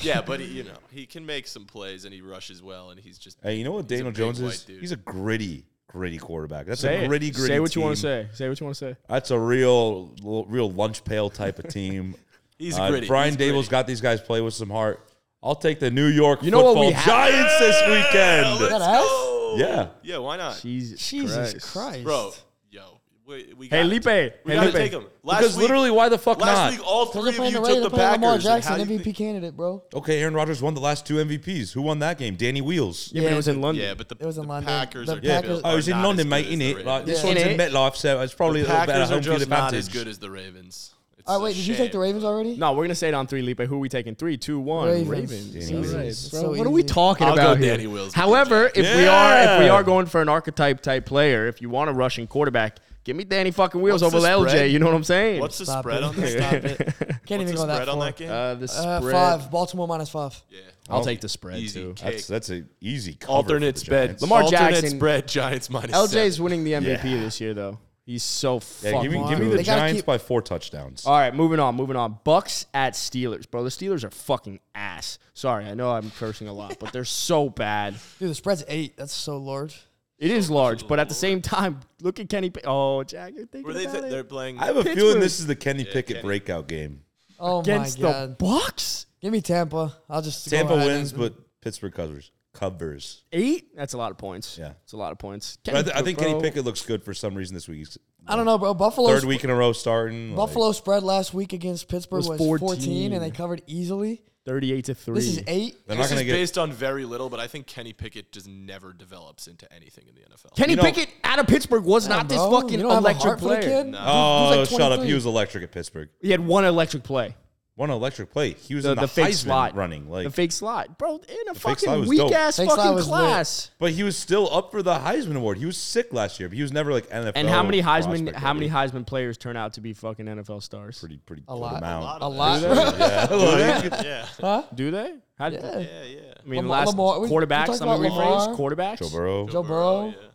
Speaker 4: yeah, but he, you know he can make some plays and he rushes well and he's just
Speaker 2: hey, you know what
Speaker 4: he's a
Speaker 2: Daniel
Speaker 4: big
Speaker 2: Jones
Speaker 4: white
Speaker 2: is?
Speaker 4: dude.
Speaker 2: He's a gritty, gritty quarterback. That's
Speaker 1: Say
Speaker 2: a
Speaker 1: it.
Speaker 2: gritty, gritty.
Speaker 1: Say what you want to
Speaker 2: team.
Speaker 1: say. Say what you want to say.
Speaker 2: That's a real, real lunch pail type of team.
Speaker 4: (laughs) he's
Speaker 2: Uh,
Speaker 4: gritty.
Speaker 2: Brian
Speaker 4: he's
Speaker 2: Dable's
Speaker 4: gritty.
Speaker 2: got these guys play with some heart. I'll take the New York
Speaker 1: know what
Speaker 2: football
Speaker 1: we have-
Speaker 2: Giants this weekend.
Speaker 3: that ass?
Speaker 4: Oh,
Speaker 2: Yeah.
Speaker 4: yeah. Why not,
Speaker 1: Jesus,
Speaker 3: Jesus Christ,
Speaker 4: bro? Yo, we, we
Speaker 1: Hey,
Speaker 4: got
Speaker 1: Lipe.
Speaker 4: We
Speaker 1: Hey,
Speaker 4: gotta
Speaker 1: Lipe.
Speaker 4: take him. Last
Speaker 2: Because
Speaker 4: week,
Speaker 2: literally, why the fuck
Speaker 4: last
Speaker 2: not?
Speaker 4: week all
Speaker 3: Because they're
Speaker 4: three of
Speaker 3: playing
Speaker 4: you
Speaker 3: the Ravens.
Speaker 4: took
Speaker 3: They're
Speaker 4: the
Speaker 3: playing Lamar
Speaker 4: Packers. and how
Speaker 3: Jackson,
Speaker 4: you
Speaker 3: MVP
Speaker 4: think-
Speaker 3: candidate, bro.
Speaker 2: Okay, Aaron Rodgers won the last two MVPs. Who won that game? Danny Wheels.
Speaker 1: Yeah, but it was in London.
Speaker 4: Yeah, but the,
Speaker 3: It was in
Speaker 4: the
Speaker 3: London.
Speaker 4: Packers
Speaker 3: The
Speaker 4: are
Speaker 3: Packers-
Speaker 2: Oh, it was in
Speaker 4: not
Speaker 2: London,
Speaker 4: as
Speaker 2: mate,
Speaker 4: good as the
Speaker 2: innit? Like,
Speaker 4: Ravens.
Speaker 2: this
Speaker 3: Yeah.
Speaker 2: one's in
Speaker 1: Innit?
Speaker 2: MetLife, so it's probably a
Speaker 4: the
Speaker 2: little bit
Speaker 4: Packers
Speaker 2: of
Speaker 4: are
Speaker 2: home field
Speaker 4: just not as
Speaker 2: advantage.
Speaker 4: good as the Ravens. It's
Speaker 3: All
Speaker 4: a
Speaker 3: right, Oh, wait, did you
Speaker 4: shame.
Speaker 3: take the Ravens already?
Speaker 1: No, we're gonna say it on three, Lipe. Who are we taking? Three, two, one.
Speaker 3: Ravens.
Speaker 1: Ravens.
Speaker 2: Danny
Speaker 1: All
Speaker 2: Wheels.
Speaker 1: right,
Speaker 3: It's
Speaker 1: bro.
Speaker 3: so
Speaker 1: what are we
Speaker 3: easy.
Speaker 1: talking
Speaker 4: I'll
Speaker 1: about
Speaker 4: go
Speaker 1: here?
Speaker 4: Danny Wheels.
Speaker 1: However, if we are if we
Speaker 2: Yeah.
Speaker 1: are going for an archetype type player, if you want a rushing quarterback, Give me Danny fucking Wheels
Speaker 4: What's
Speaker 1: over
Speaker 4: the
Speaker 1: LJ.
Speaker 4: spread?
Speaker 1: You know what I'm saying?
Speaker 4: What's the
Speaker 3: Stop
Speaker 4: spread
Speaker 3: it. (laughs)
Speaker 4: on this?
Speaker 3: Stop it. Can't
Speaker 4: What's
Speaker 3: even
Speaker 4: the
Speaker 3: go that
Speaker 4: spread on
Speaker 3: far.
Speaker 4: that game?
Speaker 1: uh, the spread?
Speaker 3: Uh, five. Baltimore minus five.
Speaker 4: yeah.
Speaker 1: I'll take the spread
Speaker 4: Easy.
Speaker 1: too.
Speaker 2: That's that's an easy cover.
Speaker 4: Alternate
Speaker 2: for the
Speaker 4: spread.
Speaker 2: Giants.
Speaker 1: Lamar
Speaker 4: Alternate
Speaker 1: Jackson-
Speaker 4: spread. Giants minus. seven.
Speaker 1: LJ's winning the MVP
Speaker 2: Yeah.
Speaker 1: this year though. He's so fucking.
Speaker 2: Yeah, give me, give me
Speaker 3: Dude.
Speaker 2: the
Speaker 3: They gotta
Speaker 2: Giants
Speaker 3: keep-
Speaker 2: by four touchdowns.
Speaker 1: All right, moving on, moving on. Bucks at Steelers, bro. The Steelers are fucking ass. Sorry, I know I'm cursing a lot, but they're so bad.
Speaker 3: Dude, the spread's eight. That's so large.
Speaker 1: It is large, but at the same time, look at Kenny. P- oh, Jack, you're thinking
Speaker 4: Were they?
Speaker 1: about
Speaker 4: Th-
Speaker 1: it.
Speaker 4: they're playing.
Speaker 2: I have a
Speaker 1: Pittsburgh.
Speaker 2: feeling this is the Kenny Pickett breakout game.
Speaker 3: Oh
Speaker 1: against
Speaker 3: my god.
Speaker 1: the Bucks.
Speaker 3: Give me Tampa. I'll just go
Speaker 2: Tampa
Speaker 3: ahead
Speaker 2: wins,
Speaker 3: and-
Speaker 2: but Pittsburgh covers. Covers.
Speaker 1: Eight? That's a lot of points.
Speaker 2: Yeah.
Speaker 1: it's a lot of points.
Speaker 2: But I, th- I think Kenny
Speaker 1: bro.
Speaker 2: Pickett looks good for some reason this week. He's
Speaker 3: I don't know, bro. Buffalo's
Speaker 2: Third week in a row starting. like-
Speaker 3: Buffalo spread last week against Pittsburgh
Speaker 1: Was
Speaker 3: was,
Speaker 1: 14.
Speaker 3: 14. and they covered easily.
Speaker 1: thirty-eight to three.
Speaker 3: This is eight.
Speaker 2: they're not
Speaker 4: This
Speaker 2: going
Speaker 4: is
Speaker 2: to get.
Speaker 4: based on very little, but I think Kenny Pickett just never develops into anything in the NFL.
Speaker 1: Kenny
Speaker 2: You know-
Speaker 1: Pickett out of Pittsburgh was not this
Speaker 3: Bro,
Speaker 1: fucking
Speaker 3: you don't have a
Speaker 1: electric
Speaker 3: heart for the
Speaker 1: player.
Speaker 3: kid?
Speaker 2: Oh,
Speaker 3: Dude, he's like
Speaker 2: shut up!
Speaker 3: 23.
Speaker 2: He was electric at Pittsburgh.
Speaker 1: He had one electric play.
Speaker 2: One electric play. He was
Speaker 1: The,
Speaker 2: in the,
Speaker 1: the fake
Speaker 2: Heisman
Speaker 1: slot
Speaker 2: running. Like,
Speaker 1: the fake slot, bro. In a
Speaker 2: fake slot
Speaker 1: fucking
Speaker 2: was
Speaker 1: weak
Speaker 2: dope.
Speaker 1: ass
Speaker 3: Fake slot
Speaker 1: fucking
Speaker 3: was lit.
Speaker 1: class.
Speaker 2: but he was still up for the Heisman award. He was sick last year, but he was never like NFL.
Speaker 1: And how many Heisman?
Speaker 2: prospect
Speaker 1: How many
Speaker 2: level.
Speaker 1: Heisman players turn out to be fucking NFL stars?
Speaker 2: Pretty pretty
Speaker 3: A
Speaker 2: good
Speaker 3: lot.
Speaker 2: amount.
Speaker 3: A
Speaker 1: (laughs)
Speaker 3: lot.
Speaker 2: Yeah, like-
Speaker 4: Yeah.
Speaker 1: Do they? How, yeah.
Speaker 4: Yeah. Yeah.
Speaker 1: I mean,
Speaker 3: Lam-
Speaker 1: last
Speaker 3: Lamar- we- we
Speaker 1: quarterbacks.
Speaker 3: talked
Speaker 1: Let me
Speaker 3: about
Speaker 1: rephrase.
Speaker 3: Lamar.
Speaker 1: Quarterbacks.
Speaker 2: Joe Burrow,
Speaker 3: Joe Burrow,
Speaker 4: oh, yeah.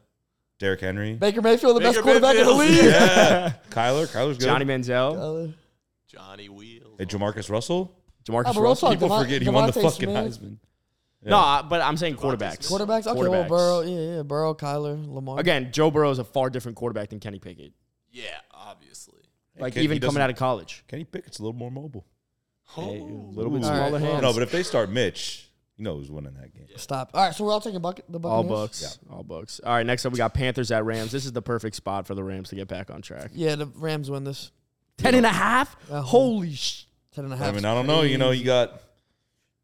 Speaker 2: Derrick Henry,
Speaker 3: Baker Mayfield, the best
Speaker 4: Baker
Speaker 3: quarterback in the
Speaker 4: Mayfield.
Speaker 3: league.
Speaker 2: yeah, Kyler, Kyler's good.
Speaker 1: Johnny Manziel.
Speaker 3: Uh,
Speaker 4: Johnny Wheels.
Speaker 2: and Jamarcus Russell.
Speaker 1: Jamarcus
Speaker 3: Oh, but
Speaker 1: Russell.
Speaker 3: also-
Speaker 2: People
Speaker 3: Devon-
Speaker 2: forget he won the
Speaker 3: Devontae
Speaker 2: fucking
Speaker 3: Smith.
Speaker 2: Heisman.
Speaker 1: No, I- but I'm saying quarterbacks.
Speaker 3: quarterbacks. Okay, well,
Speaker 1: Quarterbacks.
Speaker 3: Burrow. Yeah, yeah. Burrow, Kyler, Lamar.
Speaker 1: Again, Joe Burrow is a far different quarterback than Kenny Pickett.
Speaker 4: Yeah. Obviously.
Speaker 1: Like
Speaker 2: Ken-
Speaker 1: even
Speaker 2: he
Speaker 1: coming
Speaker 2: doesn't-
Speaker 1: out of college,
Speaker 2: Kenny Pickett's a little more mobile.
Speaker 1: Hey, a
Speaker 4: Oh,
Speaker 1: little
Speaker 2: Ooh.
Speaker 1: bit
Speaker 3: All right,
Speaker 1: smaller
Speaker 3: well-
Speaker 1: hands.
Speaker 2: No, but if they start Mitch, you know who's winning that game.
Speaker 3: Stop. All right, so we're all taking bucket, the
Speaker 1: all
Speaker 3: Buccaneers.
Speaker 1: Bucks, all Bucks. All right, next up we got Panthers at Rams. This is the perfect spot for the Rams to get back on track.
Speaker 3: Yeah, the Rams win this.
Speaker 1: (laughs) Ten and a half.
Speaker 3: Uh-huh.
Speaker 1: Holy sh!
Speaker 3: Ten and a half.
Speaker 2: I mean, I don't know. You know, you got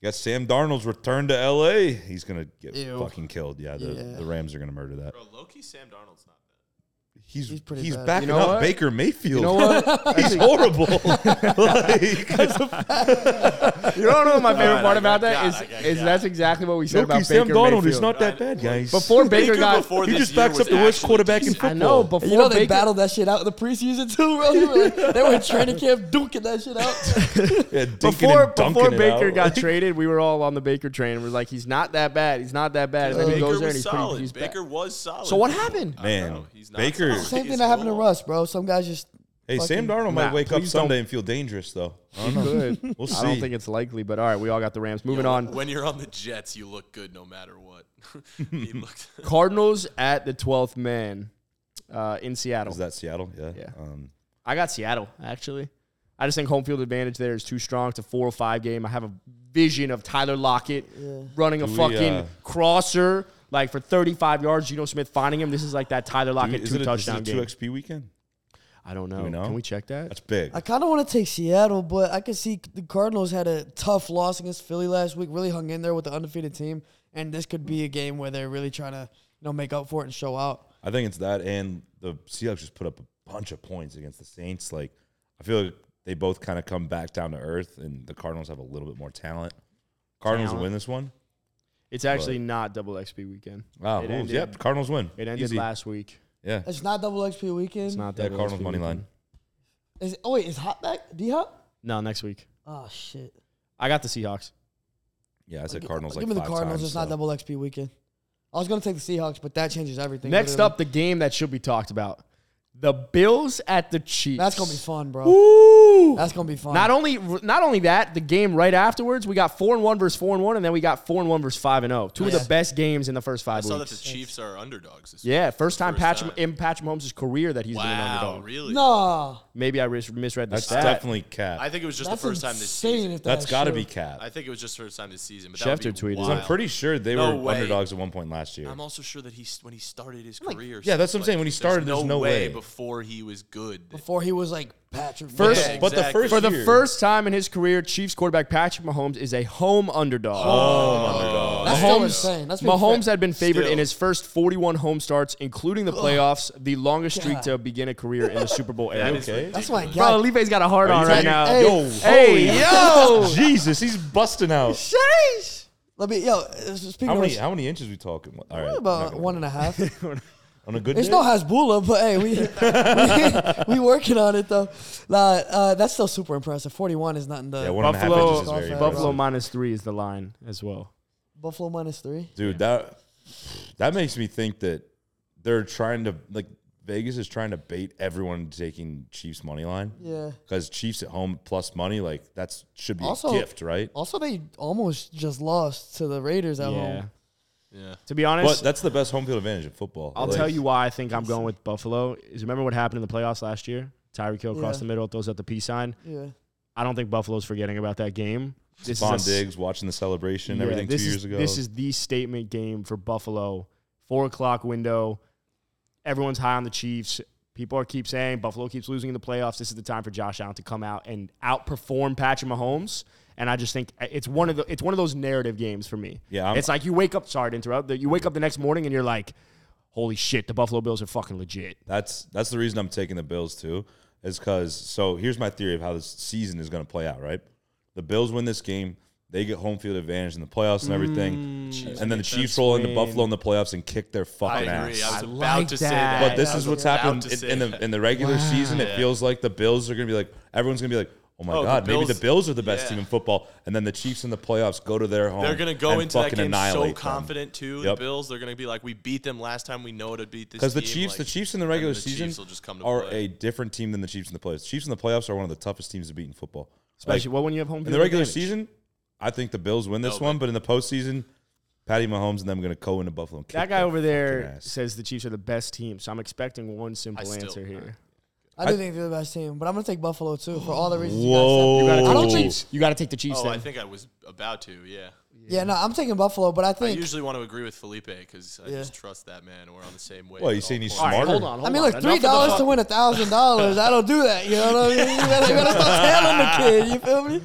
Speaker 2: you got Sam Darnold's return to L.A. He's gonna get
Speaker 3: Ew.
Speaker 2: fucking killed. Yeah, the,
Speaker 3: Yeah.
Speaker 2: the Rams are gonna murder that.
Speaker 4: Bro, Loki Sam Darnold's not bad.
Speaker 2: He's he's,
Speaker 3: He's pretty bad.
Speaker 2: backing
Speaker 1: You know
Speaker 2: up
Speaker 1: what?
Speaker 2: Baker Mayfield.
Speaker 1: You know what?
Speaker 2: He's horrible. like,
Speaker 1: (laughs) You don't know what my favorite
Speaker 4: Alright,
Speaker 1: part
Speaker 4: I
Speaker 1: about
Speaker 4: got
Speaker 1: that
Speaker 4: God,
Speaker 1: is
Speaker 4: I got
Speaker 1: is
Speaker 4: God.
Speaker 1: that's exactly what we said
Speaker 2: Loki,
Speaker 1: about
Speaker 2: Sam
Speaker 1: Baker
Speaker 2: Donald
Speaker 1: Mayfield.
Speaker 2: is not that bad,
Speaker 1: (laughs)
Speaker 2: guys.
Speaker 1: Before Baker got,
Speaker 4: before
Speaker 2: he
Speaker 4: this
Speaker 2: just
Speaker 4: year
Speaker 2: backs
Speaker 4: was
Speaker 2: up the worst
Speaker 4: actually
Speaker 2: quarterback in
Speaker 4: decent.
Speaker 1: I
Speaker 2: football.
Speaker 1: know before
Speaker 3: And you know they
Speaker 1: Baker,
Speaker 3: battled that shit out in the preseason too, bro. They were, like, they were in training camp duking that
Speaker 2: (laughs)
Speaker 3: shit out.
Speaker 2: Yeah, dinking
Speaker 1: before
Speaker 2: and dunking
Speaker 1: before
Speaker 2: it
Speaker 1: Baker
Speaker 2: out.
Speaker 1: got (laughs) traded, we were all on the Baker train. We were like, he's not that bad. He's not that bad. And then he
Speaker 4: Baker
Speaker 1: goes
Speaker 4: was
Speaker 1: there and he's
Speaker 4: solid.
Speaker 1: pretty. He's bad.
Speaker 4: Baker was solid.
Speaker 1: So what happened?
Speaker 4: I
Speaker 2: Man,
Speaker 4: don't know. He's not
Speaker 2: Baker-
Speaker 4: solid.
Speaker 3: Same
Speaker 4: He's
Speaker 3: thing that happened to
Speaker 4: low.
Speaker 3: Russ, bro. Some guys just
Speaker 2: Hey, Sam Darnold
Speaker 1: Nah,
Speaker 2: might wake up
Speaker 1: please don't.
Speaker 2: Sunday and feel dangerous, though. I don't know.
Speaker 1: Good.
Speaker 2: We'll
Speaker 1: I don't
Speaker 2: see.
Speaker 1: think it's likely, but all right, we all got the Rams. Moving on.
Speaker 4: When you're on the Jets, you look good no matter what. (laughs)
Speaker 2: (laughs)
Speaker 4: he looked. (laughs)
Speaker 1: Cardinals at the 12th man uh, in Seattle.
Speaker 2: Is that Seattle? Yeah.
Speaker 1: Yeah.
Speaker 2: Um,
Speaker 1: I got Seattle, actually. I just think home field advantage there is too strong. It's a 405 game. I have a vision of Tyler Lockett running a
Speaker 2: Do we,
Speaker 1: fucking
Speaker 2: uh,
Speaker 1: crosser like for 35 yards. Geno Smith finding him. This is like that Tyler
Speaker 2: do we-
Speaker 1: Lockett
Speaker 2: is
Speaker 1: two
Speaker 2: it a, is it
Speaker 1: touchdown
Speaker 2: a
Speaker 1: game.
Speaker 2: two XP weekend?
Speaker 1: I don't know.
Speaker 2: we know?
Speaker 1: Can we check that?
Speaker 2: That's big.
Speaker 3: I kind of want to take Seattle, but I could see the Cardinals had a tough loss against Philly last week. Really hung in there with the undefeated team, and this could be a game where they're really trying to you know make up for it and show out.
Speaker 2: I think it's that, and the Seahawks just put up a bunch of points against the Saints. Like, I feel like they both kind of come back down to earth, and the Cardinals have a little bit more talent. Cardinals
Speaker 1: Talent.
Speaker 2: win this one.
Speaker 1: It's actually not double XP weekend.
Speaker 2: Wow.
Speaker 1: It
Speaker 2: Ooh,
Speaker 1: ended,
Speaker 2: Yep. Cardinals win.
Speaker 1: it ended
Speaker 2: Easy.
Speaker 1: last week.
Speaker 2: Yeah.
Speaker 3: It's not double XP weekend.
Speaker 1: It's not
Speaker 2: Yeah.
Speaker 1: double
Speaker 2: Cardinals
Speaker 1: XP
Speaker 2: money line.
Speaker 1: weekend.
Speaker 3: Is oh wait, is Hop back? D Hop?
Speaker 1: No, next week.
Speaker 3: Oh shit.
Speaker 1: I got the Seahawks.
Speaker 2: Yeah. I said Cardinals like
Speaker 3: Give me the
Speaker 2: five
Speaker 3: Cardinals.
Speaker 2: times,
Speaker 3: it's not
Speaker 2: so.
Speaker 3: double XP weekend. I was gonna take the Seahawks, but that changes everything.
Speaker 1: Next
Speaker 3: literally.
Speaker 1: up, the game that should be talked about. The Bills at the Chiefs.
Speaker 3: that's gonna be fun, bro.
Speaker 1: Ooh.
Speaker 3: That's gonna be fun.
Speaker 1: Not only not only that, the game right afterwards, we got four and one versus four and one, and then we got four and one versus five and zero. Two of
Speaker 3: Nice.
Speaker 1: the best games in the first
Speaker 4: I
Speaker 1: five
Speaker 4: saw
Speaker 1: weeks.
Speaker 4: that the Chiefs are underdogs. This
Speaker 1: yeah, first time
Speaker 4: First
Speaker 1: Patrick
Speaker 4: time.
Speaker 1: in Patrick Mahomes' career that he's been an
Speaker 4: Wow,
Speaker 1: underdog.
Speaker 4: really?
Speaker 3: nah,
Speaker 1: Maybe I mis- misread the
Speaker 2: That's
Speaker 1: stat.
Speaker 2: definitely cap.
Speaker 4: I think it was just
Speaker 3: that's
Speaker 4: the first time this
Speaker 3: insane.
Speaker 4: season.
Speaker 3: if
Speaker 2: That's got to
Speaker 3: true.
Speaker 2: be cap.
Speaker 4: I think it was just the first time this season. But
Speaker 1: Schefter
Speaker 4: that would
Speaker 1: tweeted
Speaker 4: be
Speaker 1: it.
Speaker 4: wild.
Speaker 2: I'm pretty sure they
Speaker 4: No
Speaker 2: were
Speaker 4: way.
Speaker 2: underdogs at one point last year.
Speaker 4: I'm also sure that he when he started his career.
Speaker 2: yeah, that's what I'm
Speaker 4: like,
Speaker 2: saying. When he started, there's no way.
Speaker 4: Before he was good.
Speaker 3: Before he was like Patrick.
Speaker 1: First-
Speaker 3: Mahomes.
Speaker 2: but
Speaker 4: exactly.
Speaker 2: the first
Speaker 1: For the
Speaker 2: year-
Speaker 1: first time in his career, Chiefs quarterback Patrick Mahomes is a home underdog.
Speaker 3: that's still insane. That's being
Speaker 1: Mahomes
Speaker 3: fair.
Speaker 1: had been favored in
Speaker 4: Still.
Speaker 1: his first 41 home starts, including the playoffs, the longest streak
Speaker 3: God.
Speaker 1: to begin a career in the Super Bowl era.
Speaker 4: (laughs) That is
Speaker 2: Okay.
Speaker 3: That's my
Speaker 1: Bro,
Speaker 3: (laughs) guy.
Speaker 1: Olive's got a hard on
Speaker 2: you
Speaker 1: right
Speaker 2: taking-
Speaker 1: now.
Speaker 3: Hey,
Speaker 2: Yo,
Speaker 1: Hey,
Speaker 2: (laughs)
Speaker 1: yo! (laughs)
Speaker 2: Jesus, he's busting out.
Speaker 1: Sheesh!
Speaker 3: Let me yo. uh, Speaking
Speaker 2: How
Speaker 3: of
Speaker 2: many
Speaker 3: which-
Speaker 2: how many inches we talking? All right,
Speaker 3: Probably
Speaker 2: not (laughs)
Speaker 3: about
Speaker 2: gonna-
Speaker 3: one and a half.
Speaker 2: on a good
Speaker 3: There's
Speaker 2: day.
Speaker 3: no Hasbula, but hey, we, (laughs) we we working on it though. Nah, uh, that's still super impressive. 41 is nothing to
Speaker 2: yeah, one and a half
Speaker 1: Buffalo,
Speaker 2: inches is very
Speaker 1: Buffalo
Speaker 2: impressive.
Speaker 1: minus three is the line as well.
Speaker 3: Buffalo minus three.
Speaker 2: dude. That that makes me think that they're trying to like Vegas is trying to bait everyone into taking Chiefs money line
Speaker 3: Yeah.
Speaker 2: because Chiefs at home plus money like that's should be
Speaker 3: Also-
Speaker 2: a gift, right?
Speaker 3: Also, they almost just lost to the Raiders at
Speaker 1: Yeah.
Speaker 3: home.
Speaker 4: Yeah.
Speaker 1: To be
Speaker 2: But
Speaker 1: honest,
Speaker 2: that's the best home field advantage in football.
Speaker 1: I'll
Speaker 2: Like,
Speaker 1: tell you why I think I'm going with Buffalo. Is remember what happened in the playoffs last year? Tyreek Hill across
Speaker 3: Yeah.
Speaker 1: the middle, throws out the peace sign.
Speaker 3: Yeah.
Speaker 1: I don't think Buffalo's forgetting about that game. This
Speaker 2: Von
Speaker 1: a s-
Speaker 2: Diggs watching the celebration,
Speaker 1: Yeah,
Speaker 2: everything two
Speaker 1: this is-
Speaker 2: years ago.
Speaker 1: This is the statement game for Buffalo. Four o'clock window. Everyone's high on the Chiefs. People are keep saying Buffalo keeps losing in the playoffs. This is the time for Josh Allen to come out and outperform Patrick Mahomes. And I just think it's one of the it's one of those narrative games for me.
Speaker 2: Yeah, I'm-
Speaker 1: it's like you wake up. Sorry to interrupt. That you wake up the next morning and you're like, "Holy shit, the Buffalo Bills are fucking legit."
Speaker 2: That's that's the reason I'm taking the Bills too, is because so here's my theory of how this season is going to play out. Right, the Bills win this game, they get home field advantage in the playoffs and
Speaker 1: Mm.
Speaker 2: everything, and then the Chiefs roll into Buffalo in the playoffs and kick their
Speaker 4: I
Speaker 2: fucking
Speaker 4: agree. I
Speaker 2: ass.
Speaker 4: was about
Speaker 1: like
Speaker 4: to say
Speaker 1: that.
Speaker 4: that.
Speaker 2: But
Speaker 3: I
Speaker 2: this
Speaker 3: was
Speaker 2: is what's
Speaker 4: about
Speaker 2: happened
Speaker 4: to
Speaker 2: in,
Speaker 4: say
Speaker 2: in the
Speaker 4: that.
Speaker 2: in the regular season. It
Speaker 4: Yeah.
Speaker 2: feels like the Bills are going to be like everyone's going to be like. Oh my
Speaker 4: Oh, the
Speaker 2: God! maybe
Speaker 4: Bills-
Speaker 2: the Bills are the best
Speaker 4: yeah.
Speaker 2: team in football, and then the Chiefs in the playoffs go to their home.
Speaker 4: They're gonna go
Speaker 2: and
Speaker 4: into that
Speaker 2: fucking
Speaker 4: game
Speaker 2: annihilate
Speaker 4: so
Speaker 2: them.
Speaker 4: confident too.
Speaker 2: Yep.
Speaker 4: The Bills, they're gonna be like, "We beat them last time. We know to beat this."
Speaker 2: Because the
Speaker 4: team,"
Speaker 2: Chiefs,
Speaker 4: like,
Speaker 2: the Chiefs in the
Speaker 4: and then
Speaker 2: regular
Speaker 4: the
Speaker 2: season
Speaker 4: Chiefs will just come to
Speaker 2: are
Speaker 4: play.
Speaker 2: a different team than the Chiefs in the playoffs. Chiefs in the playoffs are one of the toughest teams to beat in football. Like,
Speaker 1: Especially well when you have home
Speaker 2: in
Speaker 1: field
Speaker 2: the regular
Speaker 1: advantage.
Speaker 2: season, I think the Bills win this
Speaker 4: No,
Speaker 2: one, but in the postseason, Patty Mahomes and them are going to go into Buffalo. And kick
Speaker 1: That guy
Speaker 2: their
Speaker 1: over there
Speaker 2: fucking ass.
Speaker 1: says the Chiefs are the best team, so I'm expecting one
Speaker 4: I
Speaker 1: simple
Speaker 4: still-
Speaker 1: answer here.
Speaker 3: I do think they're the best team, but I'm gonna take Buffalo too for all the reasons.
Speaker 2: Whoa.
Speaker 3: You guys
Speaker 2: You
Speaker 3: said. I
Speaker 2: gotta
Speaker 3: don't
Speaker 2: take
Speaker 3: think.
Speaker 2: Chiefs.
Speaker 1: You got to take the Chiefs.
Speaker 4: Oh,
Speaker 1: then.
Speaker 4: I think I was about to. Yeah.
Speaker 3: Yeah, no, I'm taking Buffalo, but I
Speaker 4: I
Speaker 3: think.
Speaker 4: usually want to agree with Felipe because I
Speaker 3: Yeah.
Speaker 4: just trust that man. We're on the same wave.
Speaker 2: Well, you
Speaker 4: at all
Speaker 2: saying he's
Speaker 4: points.
Speaker 1: All right,
Speaker 2: smarter.
Speaker 1: hold on.
Speaker 3: I
Speaker 1: hold
Speaker 3: mean,
Speaker 1: on.
Speaker 3: like
Speaker 1: Enough
Speaker 3: three
Speaker 1: of the
Speaker 3: dollars to
Speaker 1: fuck-
Speaker 3: win a thousand dollars. I don't do that. You know what I mean? You gotta, you gotta (laughs) stop telling the kid. You feel me?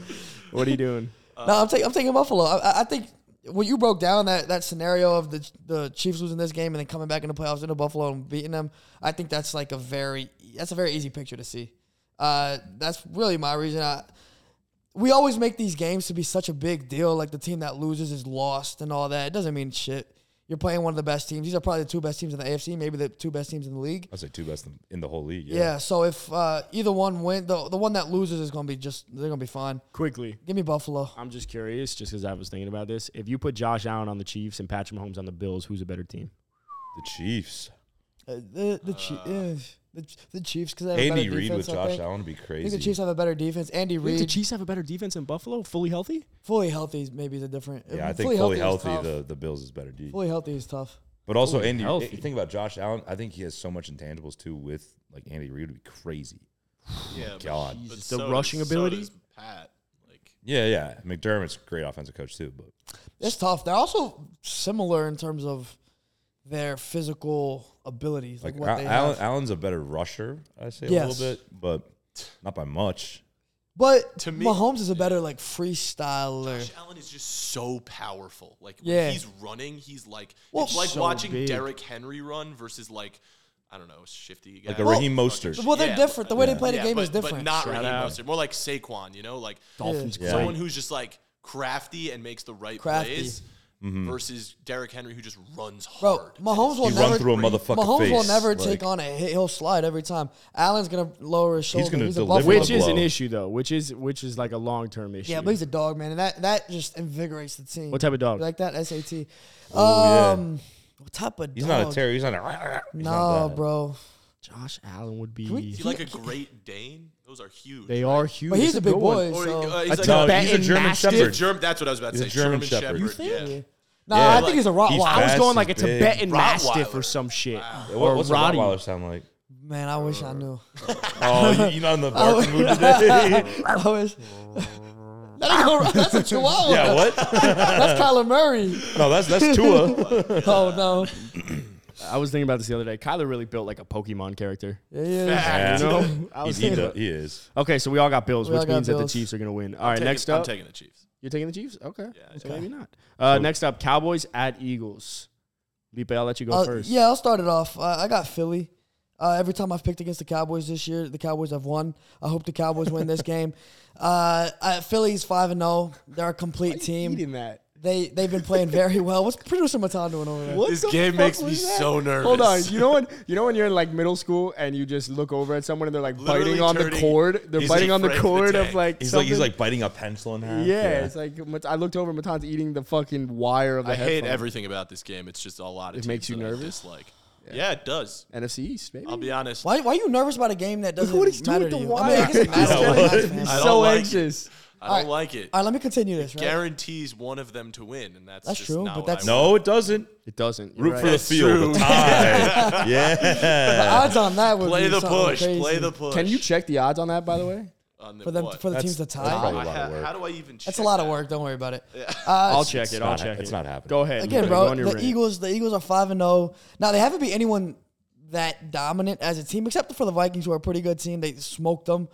Speaker 1: What are you doing?
Speaker 3: Uh, no, I'm taking I'm taking Buffalo. I- I, I think when you broke down that, that scenario of the the Chiefs losing this game and then coming back in the playoffs into Buffalo and beating them, I think that's like a very that's a very easy picture to see. Uh, that's really my reason. I, we always make these games to be such a big deal, like the team that loses is lost and all that. It doesn't mean shit. You're playing one of the best teams. These are probably the two best teams in the AFC, maybe the two best teams in the league.
Speaker 2: I'd say two best in- in the whole league.
Speaker 3: Yeah. so if uh, either one win, the the one that loses is gonna be just they're gonna be fine.
Speaker 1: (laughs) Quickly,
Speaker 3: Give me Buffalo.
Speaker 1: I'm just curious, just because I was thinking about this. If you put Josh Allen on the Chiefs and Patrick Mahomes on the Bills, who's a better team?
Speaker 2: The Chiefs.
Speaker 3: Uh, the the, Chi- uh, the the Chiefs because they have
Speaker 2: Andy
Speaker 3: a better
Speaker 2: Reid
Speaker 3: defense.
Speaker 2: with
Speaker 3: I
Speaker 2: Josh
Speaker 3: think.
Speaker 2: Allen would be
Speaker 3: I think
Speaker 2: crazy.
Speaker 3: the Chiefs have a better defense. Andy
Speaker 1: Think the
Speaker 3: Reid,
Speaker 1: Chiefs have a better defense in Buffalo, fully healthy.
Speaker 3: fully healthy, is maybe is a different. uh,
Speaker 2: yeah, I think fully healthy, the, the Bills is better. D.
Speaker 3: fully healthy is tough.
Speaker 2: But also
Speaker 1: fully
Speaker 2: Andy.
Speaker 1: healthy.
Speaker 2: Think about Josh Allen. I think he has so much intangibles too. With like Andy Reid would be crazy.
Speaker 4: Yeah, but-
Speaker 2: God.
Speaker 4: but
Speaker 1: Jesus, the
Speaker 4: so
Speaker 1: rushing
Speaker 4: does-
Speaker 1: ability?
Speaker 4: So does Pat, like
Speaker 2: Yeah, yeah. McDermott's a great offensive coach too, but
Speaker 3: It's tough. They're also similar in terms of their physical abilities, like,
Speaker 2: Like
Speaker 3: what
Speaker 2: Al-
Speaker 3: they
Speaker 2: Allen,
Speaker 3: have.
Speaker 2: Allen's a better rusher, I say a
Speaker 3: Yes.
Speaker 2: little bit, but not by much.
Speaker 3: But
Speaker 4: To me-
Speaker 3: Mahomes is a better like freestyler.
Speaker 4: Josh Allen is just so powerful. Like
Speaker 3: Yeah.
Speaker 4: when he's running, he's like
Speaker 3: Well,
Speaker 4: it's like
Speaker 1: so
Speaker 4: watching
Speaker 1: big.
Speaker 4: Derrick Henry run versus like I don't know, shifty guy.
Speaker 2: Like a
Speaker 3: Well-
Speaker 2: Raheem Mostert.
Speaker 3: Well, they're
Speaker 4: Yeah,
Speaker 3: different. The way they
Speaker 2: yeah.
Speaker 3: play the game
Speaker 4: but,
Speaker 3: is different.
Speaker 4: But not
Speaker 1: Shout
Speaker 4: Raheem
Speaker 1: out.
Speaker 4: Mostert. More like Saquon, you know, like
Speaker 1: Dolphins
Speaker 2: Yeah.
Speaker 1: play.
Speaker 4: someone who's just like crafty and makes the right
Speaker 3: Crafty.
Speaker 4: plays
Speaker 2: Mm-hmm.
Speaker 4: versus Derrick Henry who just runs
Speaker 3: Bro,
Speaker 4: hard.
Speaker 3: Mahomes will
Speaker 2: He
Speaker 3: never
Speaker 2: run through a motherfucking
Speaker 3: Mahomes will
Speaker 2: face,
Speaker 3: never
Speaker 2: like-
Speaker 3: take on a hit. He'll slide every time. Allen's gonna lower his shoulder.
Speaker 2: gonna
Speaker 3: a
Speaker 2: deliver
Speaker 3: Buffalo
Speaker 1: Which
Speaker 2: Buffalo.
Speaker 1: is an issue though. Which is which is like a long term issue.
Speaker 3: Yeah, but he's a dog, man, and that that just invigorates the team.
Speaker 1: What type of dog?
Speaker 3: You like that? SAT.
Speaker 2: Oh, yeah.
Speaker 3: um, what type of
Speaker 2: He's
Speaker 3: dog?
Speaker 2: not a terror. He's not a. (laughs) he's
Speaker 3: No,
Speaker 2: not that.
Speaker 3: bro.
Speaker 1: Josh Allen would be.
Speaker 3: we-
Speaker 4: Is
Speaker 3: (laughs)
Speaker 4: he like a Great Dane? Those are huge.
Speaker 1: they are huge.
Speaker 3: But he's
Speaker 1: That's
Speaker 3: a big
Speaker 1: good one.
Speaker 3: boy.
Speaker 4: Or,
Speaker 3: So-
Speaker 4: uh,
Speaker 2: I
Speaker 4: he's like
Speaker 2: tell
Speaker 4: a,
Speaker 2: you, he's a
Speaker 1: Benton
Speaker 2: German
Speaker 1: Mastiff.
Speaker 2: Shepherd.
Speaker 4: Germ- that's what I was about to
Speaker 2: He's a
Speaker 4: say.
Speaker 2: German
Speaker 4: German,
Speaker 2: Shepherd.
Speaker 4: Shepherd.
Speaker 2: You
Speaker 4: Yeah.
Speaker 3: No,
Speaker 2: Yeah.
Speaker 3: I think he's a Rottweiler.
Speaker 2: He's
Speaker 1: I was
Speaker 2: fast,
Speaker 1: going
Speaker 2: he's
Speaker 1: like it's a
Speaker 2: big.
Speaker 1: bet and mastiff
Speaker 4: Rottweiler.
Speaker 1: or some shit.
Speaker 2: Yeah,
Speaker 1: Or
Speaker 2: what, what's
Speaker 1: Roddy.
Speaker 2: a Rottweiler sound like?
Speaker 3: man, I wish I knew. (laughs)
Speaker 2: Oh, you- you're not in the barking mood today.
Speaker 3: I wish. (laughs) that ain't no, that's a Chihuahua.
Speaker 2: yeah, what?
Speaker 3: (laughs) That's Kyler
Speaker 2: (laughs)
Speaker 3: Murray.
Speaker 2: No, that's that's Tua.
Speaker 3: Oh no.
Speaker 1: I was thinking about this the other day. Kyler really built like a Pokemon (laughs) character.
Speaker 3: Yeah, yeah.
Speaker 4: (laughs)
Speaker 2: Yeah.
Speaker 1: (laughs) You know? I was
Speaker 2: He's- he,
Speaker 1: thinking
Speaker 2: do-
Speaker 1: about-
Speaker 2: he is.
Speaker 1: Okay, so we all got Bills,
Speaker 3: We all
Speaker 1: which
Speaker 3: got
Speaker 1: means that the
Speaker 3: Bills.
Speaker 1: Chiefs are going to win. All right,
Speaker 4: Taking-
Speaker 1: next up.
Speaker 4: I'm taking the Chiefs.
Speaker 1: You're taking the Chiefs? Okay.
Speaker 4: Yeah,
Speaker 1: So maybe not. Uh, next up, Cowboys at Eagles. Lipe, I'll let you go
Speaker 3: Uh,
Speaker 1: first.
Speaker 3: yeah, I'll start it off. Uh, I got Philly. Uh, every time I've picked against the Cowboys this year, the Cowboys have won. I hope the (laughs) Cowboys win this game. Uh, I, Philly's five and zero. They're a oh. complete team.
Speaker 1: that.
Speaker 3: They they've been
Speaker 1: (laughs)
Speaker 3: playing very well. What's producer Matan doing over there?
Speaker 1: What
Speaker 4: This
Speaker 1: the
Speaker 4: game
Speaker 1: fuck
Speaker 4: makes me
Speaker 1: was that?
Speaker 4: so nervous.
Speaker 1: Hold on. You know when you know when you're in like middle school and you just look over at someone and they're like
Speaker 4: Literally
Speaker 1: biting on the
Speaker 4: turning-
Speaker 1: cord. They're
Speaker 4: he's
Speaker 1: biting
Speaker 4: like
Speaker 1: on the
Speaker 4: Frank the
Speaker 1: cord of
Speaker 4: Tank.
Speaker 1: like
Speaker 2: He's like he's
Speaker 1: something.
Speaker 2: like biting a pencil in half.
Speaker 1: yeah, It's like Mat- I looked over. Matan's eating the fucking wire of the
Speaker 4: I hate
Speaker 1: headphone.
Speaker 4: everything about this game. It's just a lot of
Speaker 1: It
Speaker 4: teams
Speaker 1: makes you
Speaker 4: that I
Speaker 1: nervous?
Speaker 4: dislike. Yeah. it does.
Speaker 1: NFC East. Maybe
Speaker 4: I'll be honest.
Speaker 3: Why, why are you nervous about a game that doesn't
Speaker 1: what he's doing
Speaker 3: matter
Speaker 1: with
Speaker 3: to
Speaker 1: the
Speaker 3: you? I mean, I guess it
Speaker 1: wire.
Speaker 4: (laughs)
Speaker 3: matters
Speaker 2: Yeah,
Speaker 3: to you,
Speaker 2: what?
Speaker 3: it matters to
Speaker 4: I
Speaker 3: me.
Speaker 4: don't
Speaker 1: so
Speaker 4: like it.
Speaker 1: anxious.
Speaker 4: I don't
Speaker 3: Alright.
Speaker 4: like it.
Speaker 3: All right, let me continue this. Right?
Speaker 4: Guarantees one of them to win, and that's
Speaker 3: That's
Speaker 4: just
Speaker 3: true,
Speaker 4: Not
Speaker 3: but
Speaker 4: what
Speaker 3: that's-
Speaker 4: I want.
Speaker 2: No, it doesn't.
Speaker 1: It doesn't.
Speaker 2: Root
Speaker 1: You're
Speaker 2: for the
Speaker 1: right.
Speaker 4: That's
Speaker 2: field.
Speaker 4: true.
Speaker 2: The tie.
Speaker 3: The
Speaker 2: yeah.
Speaker 3: odds on that would
Speaker 4: Play
Speaker 3: be
Speaker 4: the
Speaker 3: something
Speaker 4: push.
Speaker 3: crazy.
Speaker 4: Play the push.
Speaker 1: Can you check the odds on that, by the way?
Speaker 4: on the,
Speaker 3: for them
Speaker 4: what?
Speaker 3: for the
Speaker 2: That's-
Speaker 3: teams to
Speaker 2: that's
Speaker 3: tie?
Speaker 2: probably-
Speaker 4: I
Speaker 2: a lot of
Speaker 4: ha-
Speaker 2: work.
Speaker 4: How do I even? check
Speaker 3: That's a lot of
Speaker 4: that?
Speaker 3: work. Don't worry about it.
Speaker 1: I'll
Speaker 3: Uh,
Speaker 1: check it.
Speaker 2: it's
Speaker 1: I'll
Speaker 2: not-
Speaker 1: check it.
Speaker 2: it's not happening.
Speaker 1: Go ahead.
Speaker 3: again,
Speaker 1: Go
Speaker 3: bro,
Speaker 1: on your
Speaker 3: the
Speaker 1: rant.
Speaker 3: Eagles. The Eagles are five and zero. Now they haven't beat anyone that dominant as a team, except for the Vikings, who are a pretty good team. They smoked them.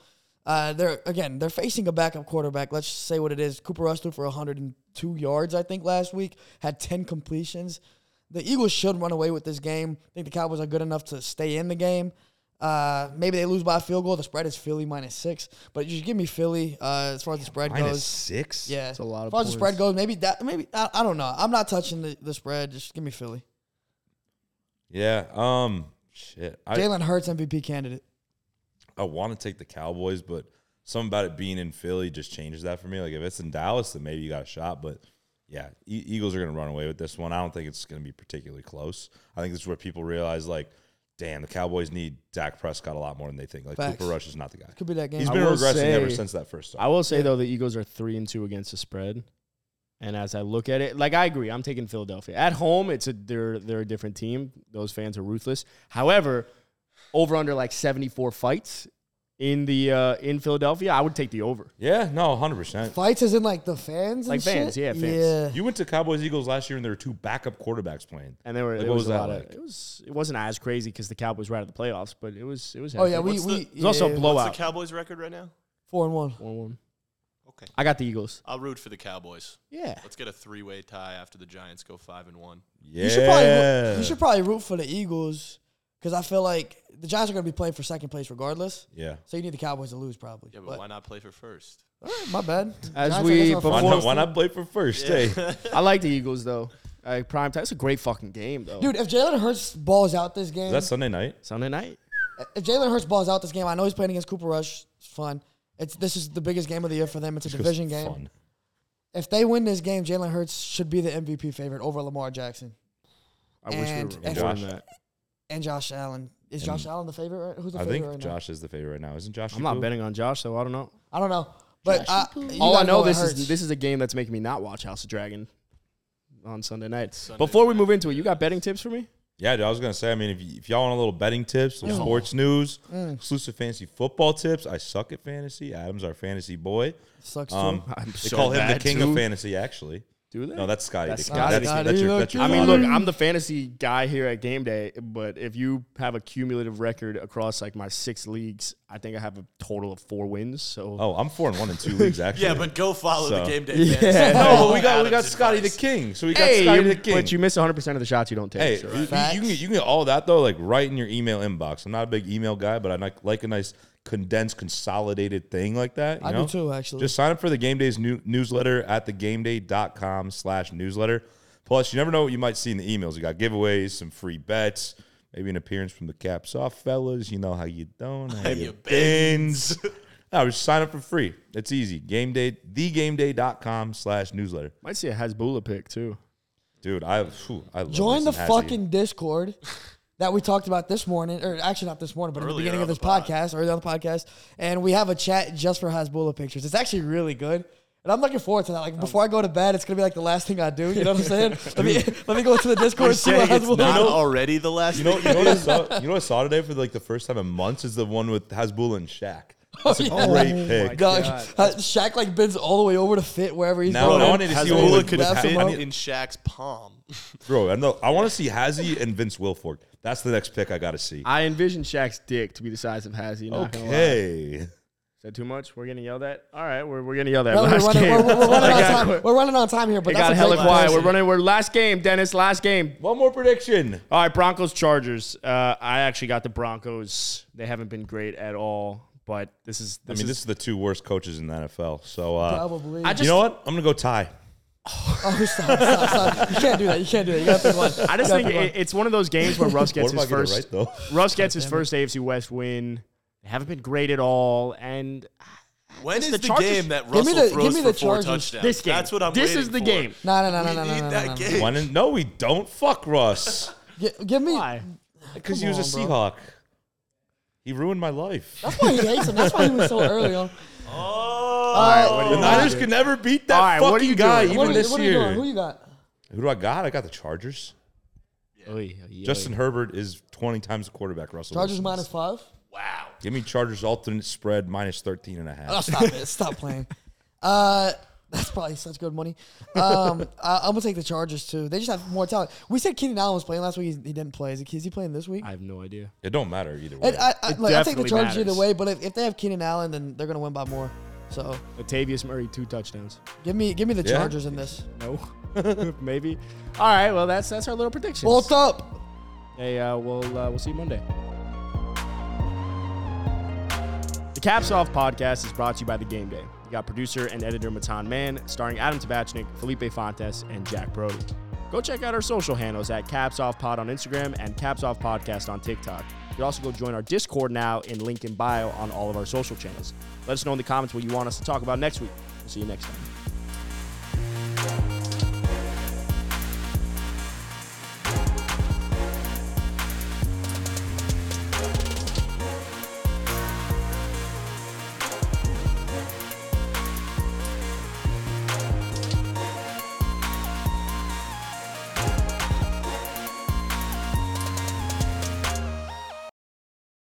Speaker 3: Uh, they're again, they're facing a backup quarterback. Let's say what it is. Cooper Rush threw for 102 yards, I think, last week. Had 10 completions. The Eagles should run away with this game. I think the Cowboys are good enough to stay in the game. Uh, maybe they lose by a field goal. The spread is Philly minus six, but you should give me Philly uh, as far as the spread
Speaker 2: Minus
Speaker 3: goes.
Speaker 2: six.
Speaker 3: Yeah,
Speaker 1: That's a lot
Speaker 3: As
Speaker 1: of
Speaker 3: far as the spread
Speaker 1: points.
Speaker 3: goes, maybe that. Maybe I, I don't know. I'm not touching the, the spread. Just give me Philly.
Speaker 2: Yeah. Um. Shit. I,
Speaker 3: Jalen Hurts MVP candidate.
Speaker 2: I want to take the Cowboys, but something about it being in Philly just changes that for me. Like if it's in Dallas, then maybe you got a shot. But yeah, e- Eagles are going to run away with this one. I don't think it's going to be particularly close. I think this is where people realize like, damn, the Cowboys need Dak Prescott a lot more than they think. Like
Speaker 3: Facts.
Speaker 2: Cooper Rush is not the guy.
Speaker 3: Could be that game.
Speaker 2: He's
Speaker 1: I
Speaker 2: been
Speaker 1: will
Speaker 2: regressing ever
Speaker 1: say-
Speaker 2: since that first time.
Speaker 1: I will say though, the Eagles are three and two against the spread. And as I look at it, like I agree, I'm taking Philadelphia at home. It's a they're they're a different team. Those fans are ruthless. However, over under like 74 fights in the uh, in Philadelphia, I would take the over.
Speaker 2: Yeah. No. Hundred percent.
Speaker 3: Fights is in like the fans. and
Speaker 1: Like fans,
Speaker 3: shit?
Speaker 1: yeah, fans.
Speaker 3: Yeah.
Speaker 2: You went to Cowboys Eagles last year, and there were two backup quarterbacks playing.
Speaker 1: And there were
Speaker 2: Like,
Speaker 1: it
Speaker 2: what
Speaker 1: was,
Speaker 2: was
Speaker 1: a
Speaker 2: that
Speaker 1: lot
Speaker 2: like?
Speaker 1: of it was it wasn't as crazy because the Cowboys were out of the playoffs, but it was it was.
Speaker 3: Oh yeah, we
Speaker 4: What's the-
Speaker 3: we
Speaker 4: It's
Speaker 3: yeah,
Speaker 1: also a
Speaker 3: yeah,
Speaker 1: blowout.
Speaker 4: What's the Cowboys' record right now?
Speaker 3: Four and one.
Speaker 1: One one.
Speaker 4: Okay,
Speaker 1: I got the Eagles.
Speaker 4: I'll root for the Cowboys.
Speaker 1: Yeah,
Speaker 4: Let's get a three-way tie after the Giants go five and one.
Speaker 2: Yeah.
Speaker 3: You should probably root, you should probably root for the Eagles because I feel like the Giants are going to be playing for second place regardless.
Speaker 2: yeah.
Speaker 3: So you need the Cowboys to lose probably.
Speaker 4: Yeah, but,
Speaker 3: But-
Speaker 4: why not play for first?
Speaker 3: all right, my bad.
Speaker 1: As
Speaker 3: Giants, I
Speaker 1: we
Speaker 3: guess, are
Speaker 2: Why
Speaker 1: before-
Speaker 2: not, why not play for first? Hey.
Speaker 1: I like the Eagles though. Uh, prime time. It's a great fucking game though.
Speaker 3: Dude, if Jalen Hurts balls out this game,
Speaker 2: Is that Sunday night?
Speaker 1: Sunday night.
Speaker 3: if Jalen Hurts balls out this game, I know he's playing against Cooper Rush. It's fun. It's this is the biggest game of the year for them. It's a division game.
Speaker 2: Fun.
Speaker 3: If they win this game, Jalen Hurts should be the MVP favorite over Lamar Jackson
Speaker 1: I wish
Speaker 3: And-
Speaker 1: we were
Speaker 3: and-
Speaker 1: recording that.
Speaker 3: and Josh Allen. Is Josh Allen the favorite? Right? Who's the
Speaker 2: I
Speaker 3: favorite
Speaker 2: think
Speaker 3: right
Speaker 2: Josh is the favorite right now. Isn't Josh?
Speaker 1: I'm not
Speaker 2: Shapiro?
Speaker 1: betting on Josh, so I don't know.
Speaker 3: now? I don't know. But I, you
Speaker 1: All I
Speaker 3: guys
Speaker 1: know
Speaker 3: it
Speaker 1: this
Speaker 3: hurts.
Speaker 1: is this is a game that's making me not watch House of Dragon on Sunday night.
Speaker 4: Sunday
Speaker 1: Before we move into it, you got betting tips for me?
Speaker 2: Yeah, dude, I was gonna say. I mean, if, y- if y'all want a little betting tips,
Speaker 3: Mm.
Speaker 2: some sports news, exclusive fantasy football tips. I suck at fantasy. Adam's our fantasy boy.
Speaker 3: sucks
Speaker 2: Um,
Speaker 3: too.
Speaker 1: I'm
Speaker 2: they
Speaker 1: so
Speaker 2: call him the
Speaker 1: bad,
Speaker 2: king
Speaker 1: too.
Speaker 2: of fantasy. Actually,
Speaker 1: Do they?
Speaker 2: no, that's Scotty.
Speaker 1: That's
Speaker 2: That's,
Speaker 1: Scotty.
Speaker 2: that's, that's, your, that's your
Speaker 1: I mean,
Speaker 2: father.
Speaker 1: look, I'm the fantasy guy here at game day, but if you have a cumulative record across like my six leagues, I think I have a total of four wins. So
Speaker 2: Oh, I'm four and one in two
Speaker 1: (laughs)
Speaker 2: leagues. Actually,
Speaker 4: Yeah, but go follow
Speaker 2: So-
Speaker 4: the
Speaker 2: (laughs)
Speaker 4: game day.
Speaker 1: Yeah.
Speaker 4: fans.
Speaker 1: No,
Speaker 2: no,
Speaker 4: Follow
Speaker 2: but we got we got
Speaker 4: Adam's
Speaker 2: Scotty the
Speaker 4: advice.
Speaker 2: king. So we got
Speaker 1: hey,
Speaker 2: Scotty
Speaker 1: you-
Speaker 2: the king.
Speaker 1: but you miss 100 percent of the shots you don't take.
Speaker 2: Hey,
Speaker 1: so-
Speaker 2: you, you
Speaker 3: Facts.
Speaker 2: can get, you can get all that though, like right in your email inbox. I'm not a big email guy, but I like, like a nice condensed, consolidated thing like that. you
Speaker 3: I do
Speaker 2: know?
Speaker 3: too, actually.
Speaker 2: Just sign up for the game day's new, newsletter at thegameday.com slash newsletter. Plus, you never know what you might see in the emails. You got giveaways, some free bets, maybe an appearance from the caps off fellas. You know how you doing? How you
Speaker 4: you
Speaker 2: bins? (laughs) no, just sign up for free. It's easy. Game day, thegameday.com slash newsletter.
Speaker 1: Might see a Hasbulla pick too.
Speaker 2: Dude, I, phew, I love
Speaker 3: Join
Speaker 2: me
Speaker 3: the
Speaker 2: some Hazzy.
Speaker 3: fucking Discord that we talked about this morning, or actually not this morning, but at the
Speaker 4: Earlier
Speaker 3: beginning
Speaker 4: on
Speaker 3: of this
Speaker 4: the pod.
Speaker 3: podcast, earlier on the podcast, and we have a chat just for Hasbullah pictures. It's actually really good. And I'm looking forward to that. Like before I go to bed, it's gonna be like the last thing I do. You know what I'm saying? let me (laughs) let me go to the Discord. and see what
Speaker 4: Saying it's
Speaker 3: Hasbullah-
Speaker 4: not already the last.
Speaker 2: You know, you know what I saw? You know what I saw today for like the first time in months is the one with Hasbulla and Shaq. That's a
Speaker 3: yeah.
Speaker 2: great pick.
Speaker 3: Dog, uh, Shaq like bends all the way over to fit wherever he's
Speaker 2: Now-
Speaker 3: going.
Speaker 2: now I
Speaker 4: Bro,
Speaker 2: need to
Speaker 4: Has
Speaker 2: see what
Speaker 4: Ola
Speaker 2: would-
Speaker 4: could
Speaker 2: would
Speaker 4: fit
Speaker 2: happen. I need-
Speaker 4: in Shaq's palm.
Speaker 2: Bro, I know. I want to see Hazzy and Vince Wilfork. That's the next pick I got to see.
Speaker 1: I envision Shaq's dick to be the size of Hazzy. Not gonna lie.
Speaker 2: Okay.
Speaker 1: Is that too much? We're getting yelled at. All right, we're, we're getting yelled at.
Speaker 3: No, we're,
Speaker 1: (laughs) last
Speaker 3: running,
Speaker 1: game.
Speaker 3: we're, we're- we're
Speaker 1: (laughs)
Speaker 3: running
Speaker 1: It
Speaker 3: on
Speaker 1: got
Speaker 3: time.
Speaker 1: quick.
Speaker 3: We're running on time here, but
Speaker 1: It
Speaker 3: that's
Speaker 1: got
Speaker 3: a
Speaker 1: hella
Speaker 3: great
Speaker 1: quiet.
Speaker 3: comparison.
Speaker 1: We're running. We're last game, Dennis. Last game.
Speaker 2: One more prediction.
Speaker 1: All right, Broncos Chargers. Uh, I actually got the Broncos. They haven't been great at all, but this is.
Speaker 2: I
Speaker 1: This
Speaker 2: mean,
Speaker 1: is,
Speaker 2: this is the two worst coaches in the NFL. So,
Speaker 1: (laughs)
Speaker 2: uh,
Speaker 3: Probably.
Speaker 1: I just-
Speaker 2: you know what? I'm gonna go tie.
Speaker 3: Oh, stop, stop, stop. You can't do that. You can't do that. You gotta pick one.
Speaker 1: I just
Speaker 3: You gotta
Speaker 1: think
Speaker 3: pick one.
Speaker 1: it, it's one of those games where Russ gets
Speaker 2: (laughs) What if I
Speaker 1: his
Speaker 2: get it
Speaker 1: first.
Speaker 2: right though?
Speaker 1: Russ gets his first AFC West win. They haven't been great at all, and
Speaker 4: When is
Speaker 1: the
Speaker 4: the,
Speaker 1: Chargers-
Speaker 4: game that
Speaker 3: Give me
Speaker 4: Russell
Speaker 3: the- give
Speaker 4: throws
Speaker 3: me
Speaker 4: for
Speaker 3: the
Speaker 4: four
Speaker 3: Chargers.
Speaker 4: touchdowns?
Speaker 1: this game.
Speaker 4: That's what I'm
Speaker 1: This
Speaker 4: waiting
Speaker 1: is the
Speaker 4: for.
Speaker 1: game.
Speaker 3: No, no, no, no,
Speaker 4: We
Speaker 3: no, no,
Speaker 4: need
Speaker 3: no,
Speaker 4: that
Speaker 3: no, no.
Speaker 4: game.
Speaker 2: Why didn't- no, we don't. Fuck Russ.
Speaker 3: Gi- Give me.
Speaker 1: Why?
Speaker 2: Because he
Speaker 3: Come
Speaker 2: was a
Speaker 3: on,
Speaker 2: Seahawk. He ruined my life.
Speaker 3: That's why he hates him. That's why he
Speaker 1: (laughs)
Speaker 3: was so early on.
Speaker 4: Oh,
Speaker 1: All right, what do
Speaker 2: The
Speaker 1: you
Speaker 2: Niners
Speaker 1: want?
Speaker 2: could never beat that
Speaker 1: All right,
Speaker 2: fucking
Speaker 1: what are you
Speaker 2: guy,
Speaker 1: doing?
Speaker 2: even
Speaker 3: What are, you-
Speaker 2: this
Speaker 3: what are you
Speaker 2: year.
Speaker 3: doing? Who you got?
Speaker 2: Who do I got? I got the Chargers.
Speaker 1: Oy, oy, oy.
Speaker 2: Justin Herbert is 20 times the quarterback, Russell.
Speaker 3: Chargers
Speaker 2: Wilson
Speaker 3: minus
Speaker 2: is.
Speaker 3: five.
Speaker 4: wow.
Speaker 2: Give me Chargers alternate spread minus 13 and a half.
Speaker 3: Oh, stop it. Stop playing. Uh, that's probably such good money. Um, I, I'm gonna take the Chargers too. They just have more talent. We said Keenan Allen was playing last week. He, he didn't play. Is he, is he playing this week?
Speaker 1: I have no idea.
Speaker 2: It don't matter either way.
Speaker 3: And I, I,
Speaker 1: It
Speaker 3: like, I take the
Speaker 1: definitely
Speaker 3: Chargers
Speaker 1: matters.
Speaker 3: either way, but if, if they have Keenan Allen, then they're gonna win by more. So
Speaker 1: Latavius Murray, two touchdowns.
Speaker 3: give me give me the
Speaker 2: Yeah.
Speaker 3: Chargers in this.
Speaker 1: No, (laughs) maybe. All right. Well, that's that's our little predictions.
Speaker 3: Bolt up.
Speaker 1: Hey, uh, we'll uh, we'll see you Monday. The Caps Off podcast is brought to you by The Game Day. You got producer and editor Matan Mann, starring Adam Tabachnik, Felipe Fontes, and Jack Brody. Go check out our social handles at Caps Off Pod on Instagram and Caps Off Podcast on TikTok. You can also go join our Discord now in link in bio on all of our social channels. Let us know in the comments what you want us to talk about next week. We'll see you next time.